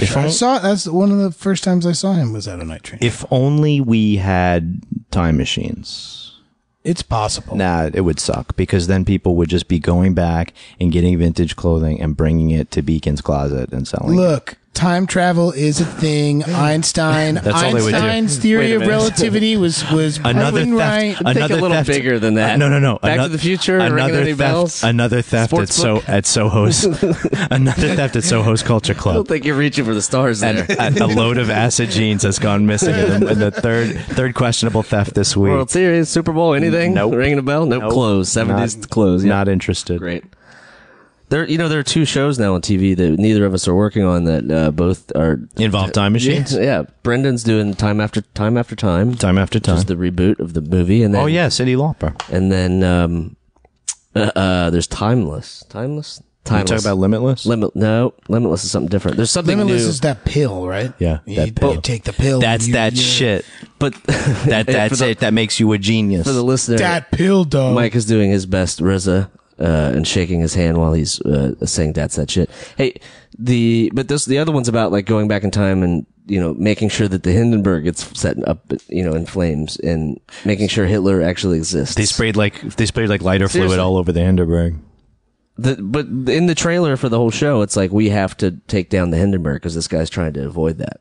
E: If,
G: I
E: on-
G: saw that's one of the first times I saw him was at a night train.
E: if only we had time machines.
G: it's possible.
E: Nah, it would suck because then people would just be going back and getting vintage clothing and bringing it to Beacon's closet and selling it.
G: Look, time travel is a thing. Einstein,
E: all they would do.
G: Einstein's
F: Wait
G: theory
F: a
G: of
F: minute.
G: relativity was was
E: Another
G: proven
E: theft.
G: right.
E: Another
F: Think a little
E: theft-
F: bigger than that.
E: Uh, no, no, no.
F: Back
E: Ano-
F: to the Future, Ringing
E: Another
F: Any
E: theft.
F: Bells?
E: Another theft at
F: Sports
E: so
F: book?
E: at Soho's. another theft at Soho's Culture
F: I don't
E: Club.
F: think you're reaching for the stars there.
E: And a, a load of acid jeans has gone missing. And the, and the third third questionable theft this week.
F: World Series, Super Bowl, anything?
E: Nope.
F: Ringing a bell? Nope.
E: Nope.
F: Close. Seventies
E: Not-
F: close. Yeah.
E: Not interested.
F: Great. There, you know, there are two shows now on TV that neither of us are working on that uh, both are.
E: Involved time machines.
F: Yeah, Brendan's doing time after time after time,
E: Time after time.
F: which is the reboot of the movie, and then
E: oh yeah, Cindy Lauper.
F: and then um, uh, uh, there's timeless, timeless,
E: You
F: timeless.
E: talk about limitless.
F: limit. No, limitless is something different. There's something
G: Limitless
F: new,
G: is that pill, right?
E: Yeah,
G: you,
E: that
G: you
E: pill.
G: take the pill.
E: that's
G: and you-
E: that
G: you-
E: shit.
F: but
E: That that's
F: the-
E: it. That makes you a genius.
F: for the listener,
G: That pill, dog.
F: Mike is doing his best Reza uh, and shaking his hand while he's uh, saying that's that shit. Hey, the but this the other one's about like going back in time and you know making sure that the Hindenburg gets set up you know in flames and making sure Hitler actually exists.
E: they sprayed like they sprayed like lighter
F: Seriously.
E: fluid all over the Hindenburg.
F: The- but in the trailer for the whole show, it's like we have to take down the Hindenburg because this guy's trying to avoid that.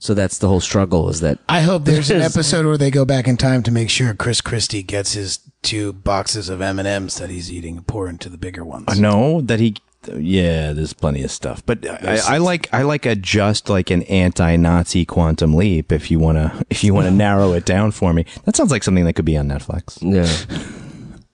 F: So that's the whole struggle is that
G: I hope there's an
F: There's-
G: episode where they go back in time to make sure Chris Christie gets his two boxes of M and M's that he's eating and pour into the bigger ones.
E: No, that he. Yeah, there's plenty of stuff, but I, I like I like a just like an anti-Nazi quantum leap. If you wanna, if you wanna narrow it down for me, that sounds like something that could be on Netflix.
F: yeah.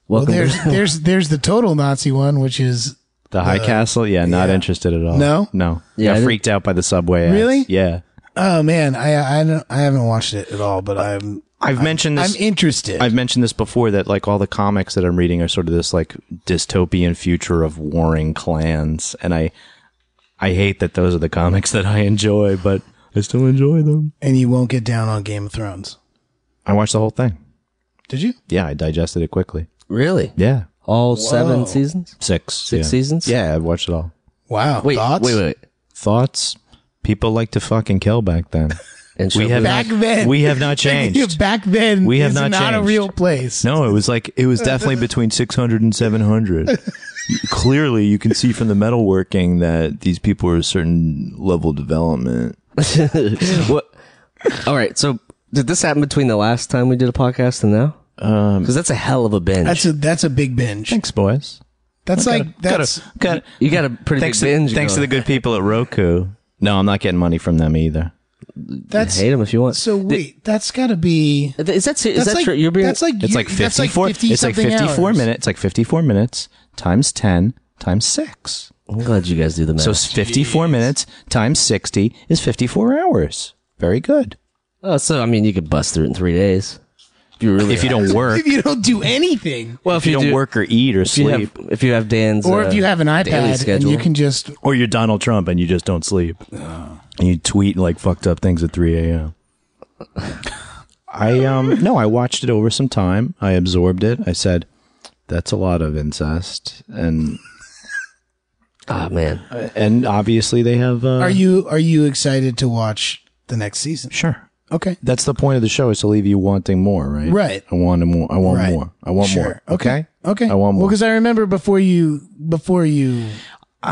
G: Well,
F: Welcome
G: there's there's there's the total Nazi one, which is
E: The High Castle, yeah, not interested at all.
G: No?
E: no,
F: Uh, Yeah, I
E: yeah,
F: didn't-
E: freaked out by the subway. ads.
G: Really?
E: Yeah,
G: oh man, I I don't, I haven't watched it at all, but I'm
E: I've mentioned
G: I'm
E: this.
G: interested.
E: I've mentioned this before that like all the comics that I'm reading are sort of this like dystopian future of warring clans, and I I hate that those are the comics that I enjoy, but I still enjoy them.
G: and you won't get down on Game of Thrones.
E: I watched the whole thing.
G: Did you?
E: Yeah, I digested it quickly.
F: Really?
E: Yeah,
F: All seven seasons?
E: six
F: Six
E: yeah.
F: seasons?
E: Yeah, I've watched it all.
G: Wow.
F: Wait,
G: Thoughts?
F: wait, wait.
E: Thoughts? People like to fucking kill back then.
F: And
E: We
F: Sherpa-
E: have
G: Back
E: not,
G: then.
E: We have not changed.
G: Back then,
E: We have
G: it's
E: not
G: not a
E: changed.
G: real place.
E: No, it was like it was definitely between 600 and 700. Clearly, you can see from the metalworking that these people are a certain level of development.
F: what? All right. So did this happen between the last time we did a podcast and now? Because that's a hell of a binge.
G: That's a that's a big binge.
E: Thanks, boys.
G: That's like that's
E: Got
F: you got a pretty
E: thanks
F: big
E: to,
F: binge.
E: thanks to the
F: going.
E: good people at Roku. No, I'm not getting money from them either.
G: that's
F: hate them if you want.
G: so wait. that's got to be
F: Th- is that se- is
G: that's
F: that
G: like
F: true? You're being
G: that's like
E: It's
G: you-
E: like
G: that's
E: 54
G: 50
E: It's like
G: something
E: 54
G: hours.
E: minutes. It's like 54 minutes times 10 times 6.
F: I'm glad you guys do the math.
E: So it's 54 minutes times 60 is 54 hours. Very good.
F: oh, so I mean, you could bust through it in three days if you really
E: If you don't work,
G: If you don't do anything,
F: Well,
E: if you don't
F: do-
E: work or eat or
F: if you
E: sleep,
F: have if you have Dan's
G: or if
F: uh,
G: you have an
F: daily
G: iPad and
F: schedule.
G: you can just
E: or you're Donald Trump and you just don't sleep. And you tweet like fucked up things at 3 a.m. I um no, I watched it over some time. I absorbed it. I said, "That's a lot of incest," and Ah,
F: Oh man,
E: and obviously they have. Uh,
G: are you are you excited to watch the next season?
E: sure?
G: Okay,
E: That's the point of the show is to leave you wanting more, right?
G: Right.
E: I want more. I want
G: Right.
E: more. I want
G: Sure.
E: more.
G: Okay.
E: Okay.
G: okay.
E: I want
G: Well,
E: more.
G: because I remember before you before you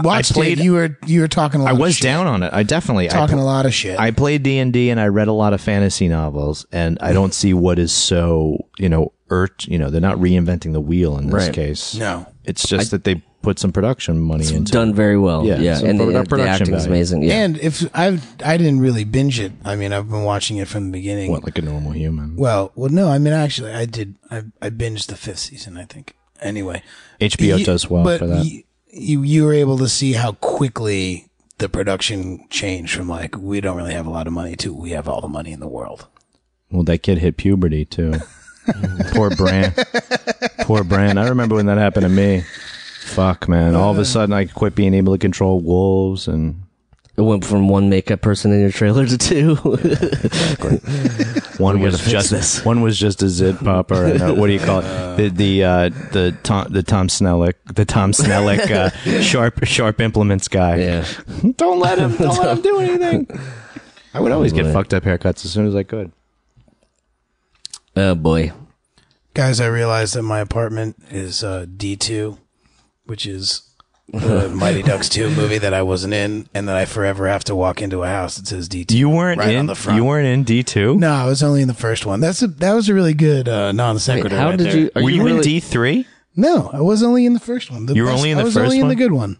G: watched
E: played-
G: it, you were you were talking. A lot
E: I
G: of
E: was
G: shit,
E: down on it. I definitely I
G: talking a lot of shit.
E: I play D and D and I read a lot of fantasy novels, and I don't see what is so you know urt. You know, they're not reinventing the wheel in this
F: Right.
E: case.
G: no,
E: it's just that they put some production money into.
F: done very well.
E: Yeah,
F: Yeah,
E: so
F: and
E: for
F: the,
E: our
F: the
E: production
F: acting's
E: value.
F: amazing. Yeah,
G: and if I I didn't really binge it. I mean, I've been watching it from the beginning.
E: What like a normal human?
G: Well, well, no, I mean, actually, I did. I, I binged the fifth season, I think. Anyway,
E: HBO
G: You-
E: does well
G: but
E: for that.
G: You, you you were able to see how quickly the production changed from like we don't really have a lot of money to we have all the money in the world.
E: well, that kid hit puberty too. Poor Bran. Poor Bran. I remember when that happened to me. Fuck, man. All of a sudden, I quit being able to control wolves and
F: it went from one makeup person in your trailer to two.
E: One was
F: gotta fix
E: just
F: this.
E: one was just a zit popper. And, uh, what do you call it? The the uh, the Tom the Tom Snellick the Tom Snellick uh, sharp sharp implements guy.
F: yeah,
E: Don't let him don't let him do anything. I would always get
F: Right.
E: fucked up haircuts as soon as I could.
F: oh boy,
G: Guys, I realized that my apartment is uh, D two, which is the Mighty Ducks two movie that I wasn't in, and that I forever have to walk into a house that says D two.
E: You weren't
G: Right
E: in
G: on the front.
E: you weren't in D two.
G: No, I was only in the first one. That's a that was a really good uh, non sequitur.
F: how
G: right
F: did
G: there.
F: you? Are
E: Were you, in
F: really-
E: D three?
G: No, I was only in the first one. The
E: You were
G: best-
E: only in
G: I
E: the
G: was
E: first
G: only in the
E: one?
G: good one.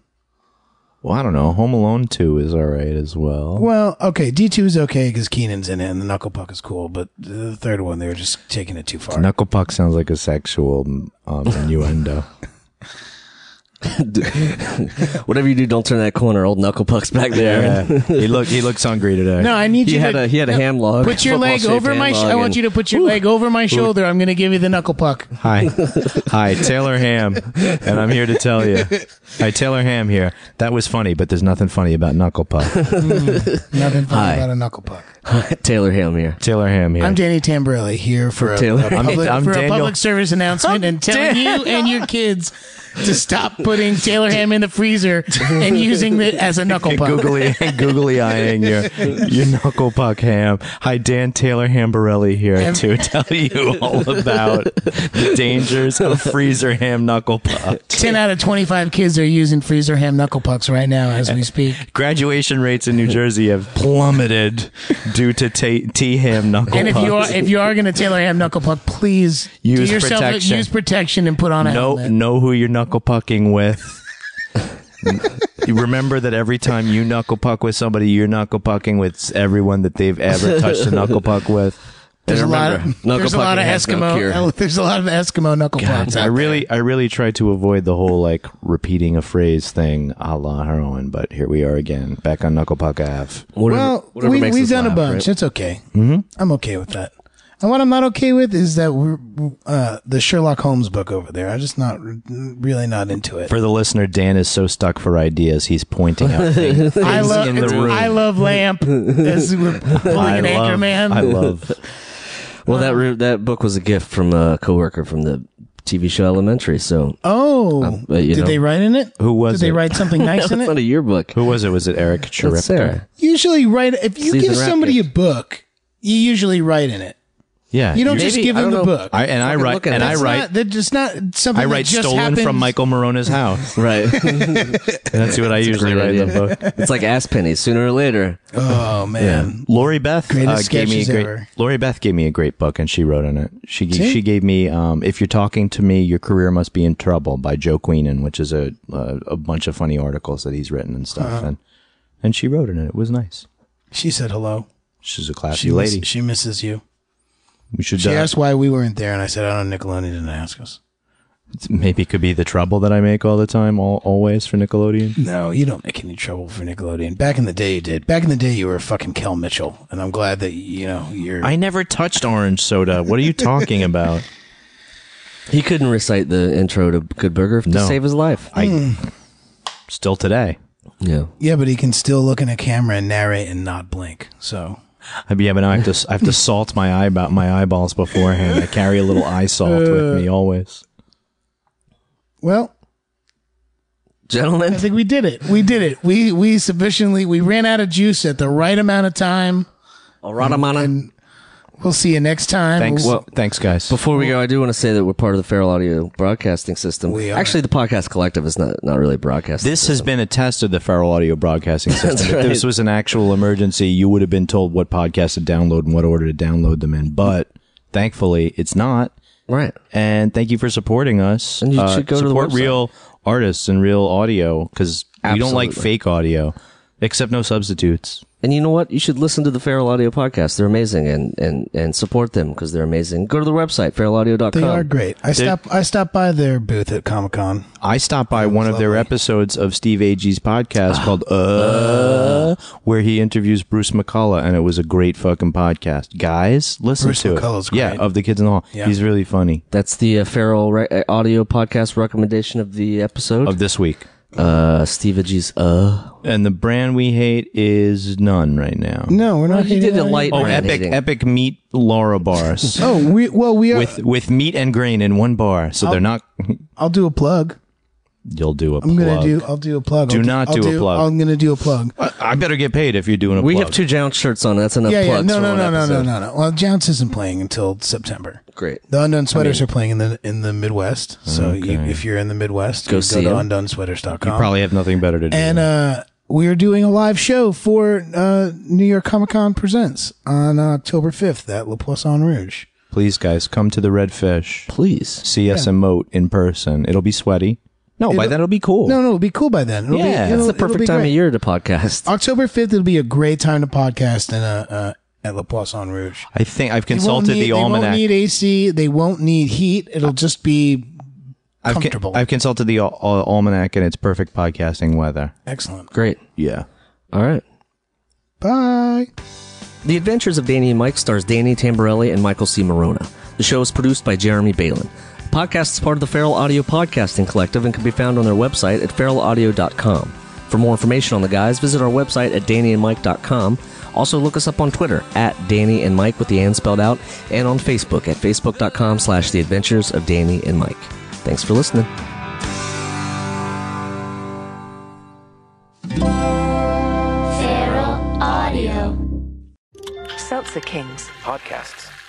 E: Well, I don't know. Home Alone two is all right as well.
G: Well, okay, D two is okay because Keenan's in it and the Knuckle Puck is cool, but the third one they were just taking it too far.
E: Knuckle puck sounds like a sexual um, innuendo.
F: Whatever you do, don't turn that corner. Old knuckle pucks back there.
E: he look he looks hungry today.
G: No, I need
F: He
G: you
F: had
G: to
F: a he had a ham log.
G: put your leg
F: football-shaped
G: over my.
F: ham
G: Sh-
F: log
G: I want
F: and-
G: you to put your leg over my shoulder. I'm going to give you the Knuckle Puck.
E: Hi. Hi, Taylor Ham. And I'm here to tell you. Hi, Taylor Ham here. That was funny, but there's nothing funny about Knuckle Puck.
G: Nothing funny
F: Hi.
G: about a Knuckle Puck.
F: Taylor Ham here.
E: Taylor Ham here.
G: I'm Danny Tamborelli here for a,
F: Taylor.
G: a public,
E: I'm
G: for a
E: Daniel-
G: public service announcement and telling you and your kids to stop putting Taylor Ham in the freezer and using it as a Knuckle Puck.
E: Googly, googly eyeing your, your knuckle puck ham. Hi, Dan Taylor Hamburelli here to tell you all about the dangers of freezer ham knuckle puck.
G: 10 out of 25 kids are using freezer ham knuckle pucks right now as we speak.
E: Graduation rates in New Jersey have plummeted due to ta- T ham knuckle
G: And if you are
E: pucks.
G: if you are going to tailor ham knuckle puck, please do
E: Use
G: yourself
E: protection.
G: use protection and put on a
E: know
G: helmet.
E: know who you're knuckle pucking with. you remember that every time you knuckle puck with somebody, you're knuckle pucking with everyone that they've ever touched a knuckle puck with.
G: There's a lot
F: remember,
G: of,
F: knuckle
G: there's a lot of
F: pucking has no
G: Eskimo.
F: cure.
G: el- there's a lot of Eskimo knuckle pucks.
E: I
G: out
E: really, I really try to avoid the whole like repeating a phrase thing, a la heroin. But here we are again, back on knuckle puck Ave.
G: there.
F: Whatever-
G: Well,
F: whatever
G: we
F: makes
G: we've
F: us
G: done a
F: laugh,
G: bunch.
F: right?
G: It's okay. Mm-hmm. I'm okay with that. And what I'm not okay with is that we're uh, the Sherlock Holmes book over there. I'm just not really not into it.
E: For the listener, Dan is so stuck for ideas, he's pointing out things
G: I love
E: in the room.
G: I love Lamp. As we're pulling
E: I
G: an
E: love-
G: Anchorman.
E: I love.
F: Well, that re- that book was a gift from a coworker from the TV show Elementary. So
G: Oh,
E: Uh,
F: but you
G: did
F: know-
G: they write in it?
E: Who was
G: Did they
E: it?
G: write something nice in
F: it's
G: it?
F: not a yearbook.
E: Who was it? Was it Eric
F: That's
E: Charipka?
F: Sarah.
G: Usually, write if you
F: Season
G: give
F: wrap
G: somebody a
F: gift.
G: book, you usually write in it.
E: Yeah.
G: You don't
E: you-
G: just
F: Maybe,
G: give
F: I
G: them the
F: don't know.
G: book.
E: I, and I
F: Fucking
E: write
F: look at
E: and
F: it.
E: I
F: It's
G: It's
E: write
G: not, that just not something.
E: I
G: that
E: write
G: just
E: stolen
G: happens.
E: from Michael Morona's house.
F: Right. it's
E: That's what I usually
F: great
E: write in
F: idea.
E: the book.
F: like ass penny. Sooner or later,
G: Oh man,
E: Lori Beth
G: Greatest
E: uh, gave me a
G: sketches
E: great.
G: ever.
E: Lori Beth gave me a great book, and she wrote in it. She g-
G: See?
E: she gave me um, "If You're Talking to Me, Your Career Must Be in Trouble" by Joe Queenan, which is a uh, a bunch of funny articles that he's written and
G: Uh-huh.
E: stuff. And and she wrote in it. It was nice.
G: she said hello.
E: She's a
G: She
E: classy
G: miss-
E: lady.
G: she misses you.
E: we should
G: She
E: uh,
G: asked why we weren't there, and I said, "I don't know. Nickelodeon didn't ask us."
E: maybe it could be the trouble that I make all the time, all, always for Nickelodeon.
G: No, you don't make any trouble for Nickelodeon. Back in the day, you did. Back in the day, you were a fucking Kel Mitchell, and I'm glad that you know you're.
E: I never touched orange soda. What are you talking about?
F: he couldn't recite the intro to Good Burger to
E: No.
F: save his life.
E: I still today.
F: yeah.
G: yeah, but he can still look in a camera and narrate and not blink. So
E: I yeah, but now I have to I have to salt my eye about my eyeballs beforehand. I carry a little eye salt with me always.
G: well.
F: Gentlemen,
G: I think we did it. We did it. We we sufficiently we ran out of juice at the right amount of time.
F: Oradamana.
G: We'll see you next time.
E: Thanks,
G: We'll-
E: thanks, guys.
F: Before we go, I do want to say that we're part of the Feral Audio Broadcasting System.
G: We are.
F: Actually, the podcast collective is not not really broadcast.
E: this has been a test of the Feral Audio Broadcasting System. If this
F: right.
E: was an actual emergency, you would have been told what podcasts to download and what order to download them in. But thankfully, it's not.
F: right.
E: And thank you for supporting us. Uh,
F: And you should go to the
E: support
F: website.
E: real artists and real audio because we don't like
F: Absolutely.
E: fake audio, except no substitutes.
F: And you know what? You should listen to the Feral Audio podcast. They're amazing, and and and support them because they're amazing. Go to the website feralaudio.com.
G: They are great. I stop. I stopped by their booth at Comic Con.
E: I stopped by one of their episodes of Steve Agee's podcast called uh, where he interviews Bruce McCullough, and it was a great fucking podcast. Guys, listen
G: Bruce
E: to
G: McCullough's
E: it. Yeah,
G: great.
E: of the kids in the hall.
G: Yeah.
E: He's really funny.
F: That's the uh, Feral Re- uh, Audio podcast recommendation of the episode.
E: Of this week,
F: uh, Steve G's. Uh,
E: and the brand we hate is none right now.
G: No, we're not.
F: he did a
G: hating on
F: light
E: Oh,
F: rant
E: epic,
F: hating.
E: epic meat Laura bars
G: you. Oh, we well we are.
E: with with meat and grain in one bar. So they're not.
G: I'll do a plug.
E: You'll do a
G: I'm
E: plug.
G: gonna do. I'll do a plug.
E: Do
G: I'll
E: not
G: I'll
E: do a plug.
G: I'm gonna do a plug.
E: I, I better get paid if you're doing a
F: We
E: plug.
F: have two Jounce shirts on. That's enough
G: yeah, yeah.
F: plugs.
G: No,
F: for
G: no,
F: one
G: no, no,
F: episode.
G: no, no, no. Well, Jounce isn't playing until September.
F: Great.
G: The Undone Sweaters are playing in the in the Midwest. So you, if you're in the Midwest, go,
F: see
G: go to
F: 'em.
G: undonesweaters.com.
E: Probably have nothing better to do.
G: and uh, we're doing a live show for uh, New York Comic Con presents on October 5th at Le Poisson Rouge.
E: Please, guys, come to the Red Fish.
F: Please.
E: see us emote in person. It'll be sweaty. No, by
G: It'll-
E: then it'll be cool.
G: No, no, it'll be cool by then. It'll
E: Yeah,
G: be, it'll,
F: It's the
G: it'll
F: perfect
G: be
F: time
G: great.
F: of year to podcast.
G: October 5th, it'll be a great time to podcast in uh, uh, at Le Poisson Rouge.
E: I think I've
G: They won't
E: consulted
G: need-
E: the
G: They won't need
E: almanac.
G: AC. They won't need heat. It'll just be
E: I've, con-
G: comfortable.
E: I've consulted the al- al- almanac and it's perfect podcasting weather.
G: Excellent.
F: Great.
E: Yeah.
F: All right.
G: Bye.
F: The Adventures of Danny and Mike stars Danny Tamborelli and Michael C. Morona. The show is produced by Jeremy Balin. The podcast is part of the Feral Audio Podcasting Collective and can be found on their website at feralaudio.com. For more information on the guys, visit our website at dannyandmike.com. Also, look us up on Twitter at Danny and Mike with the and spelled out, and on Facebook at facebook.com slash the adventures of Danny and Mike. Thanks for listening.
D: Feral Audio.
A: Seltzer Kings.
B: podcasts.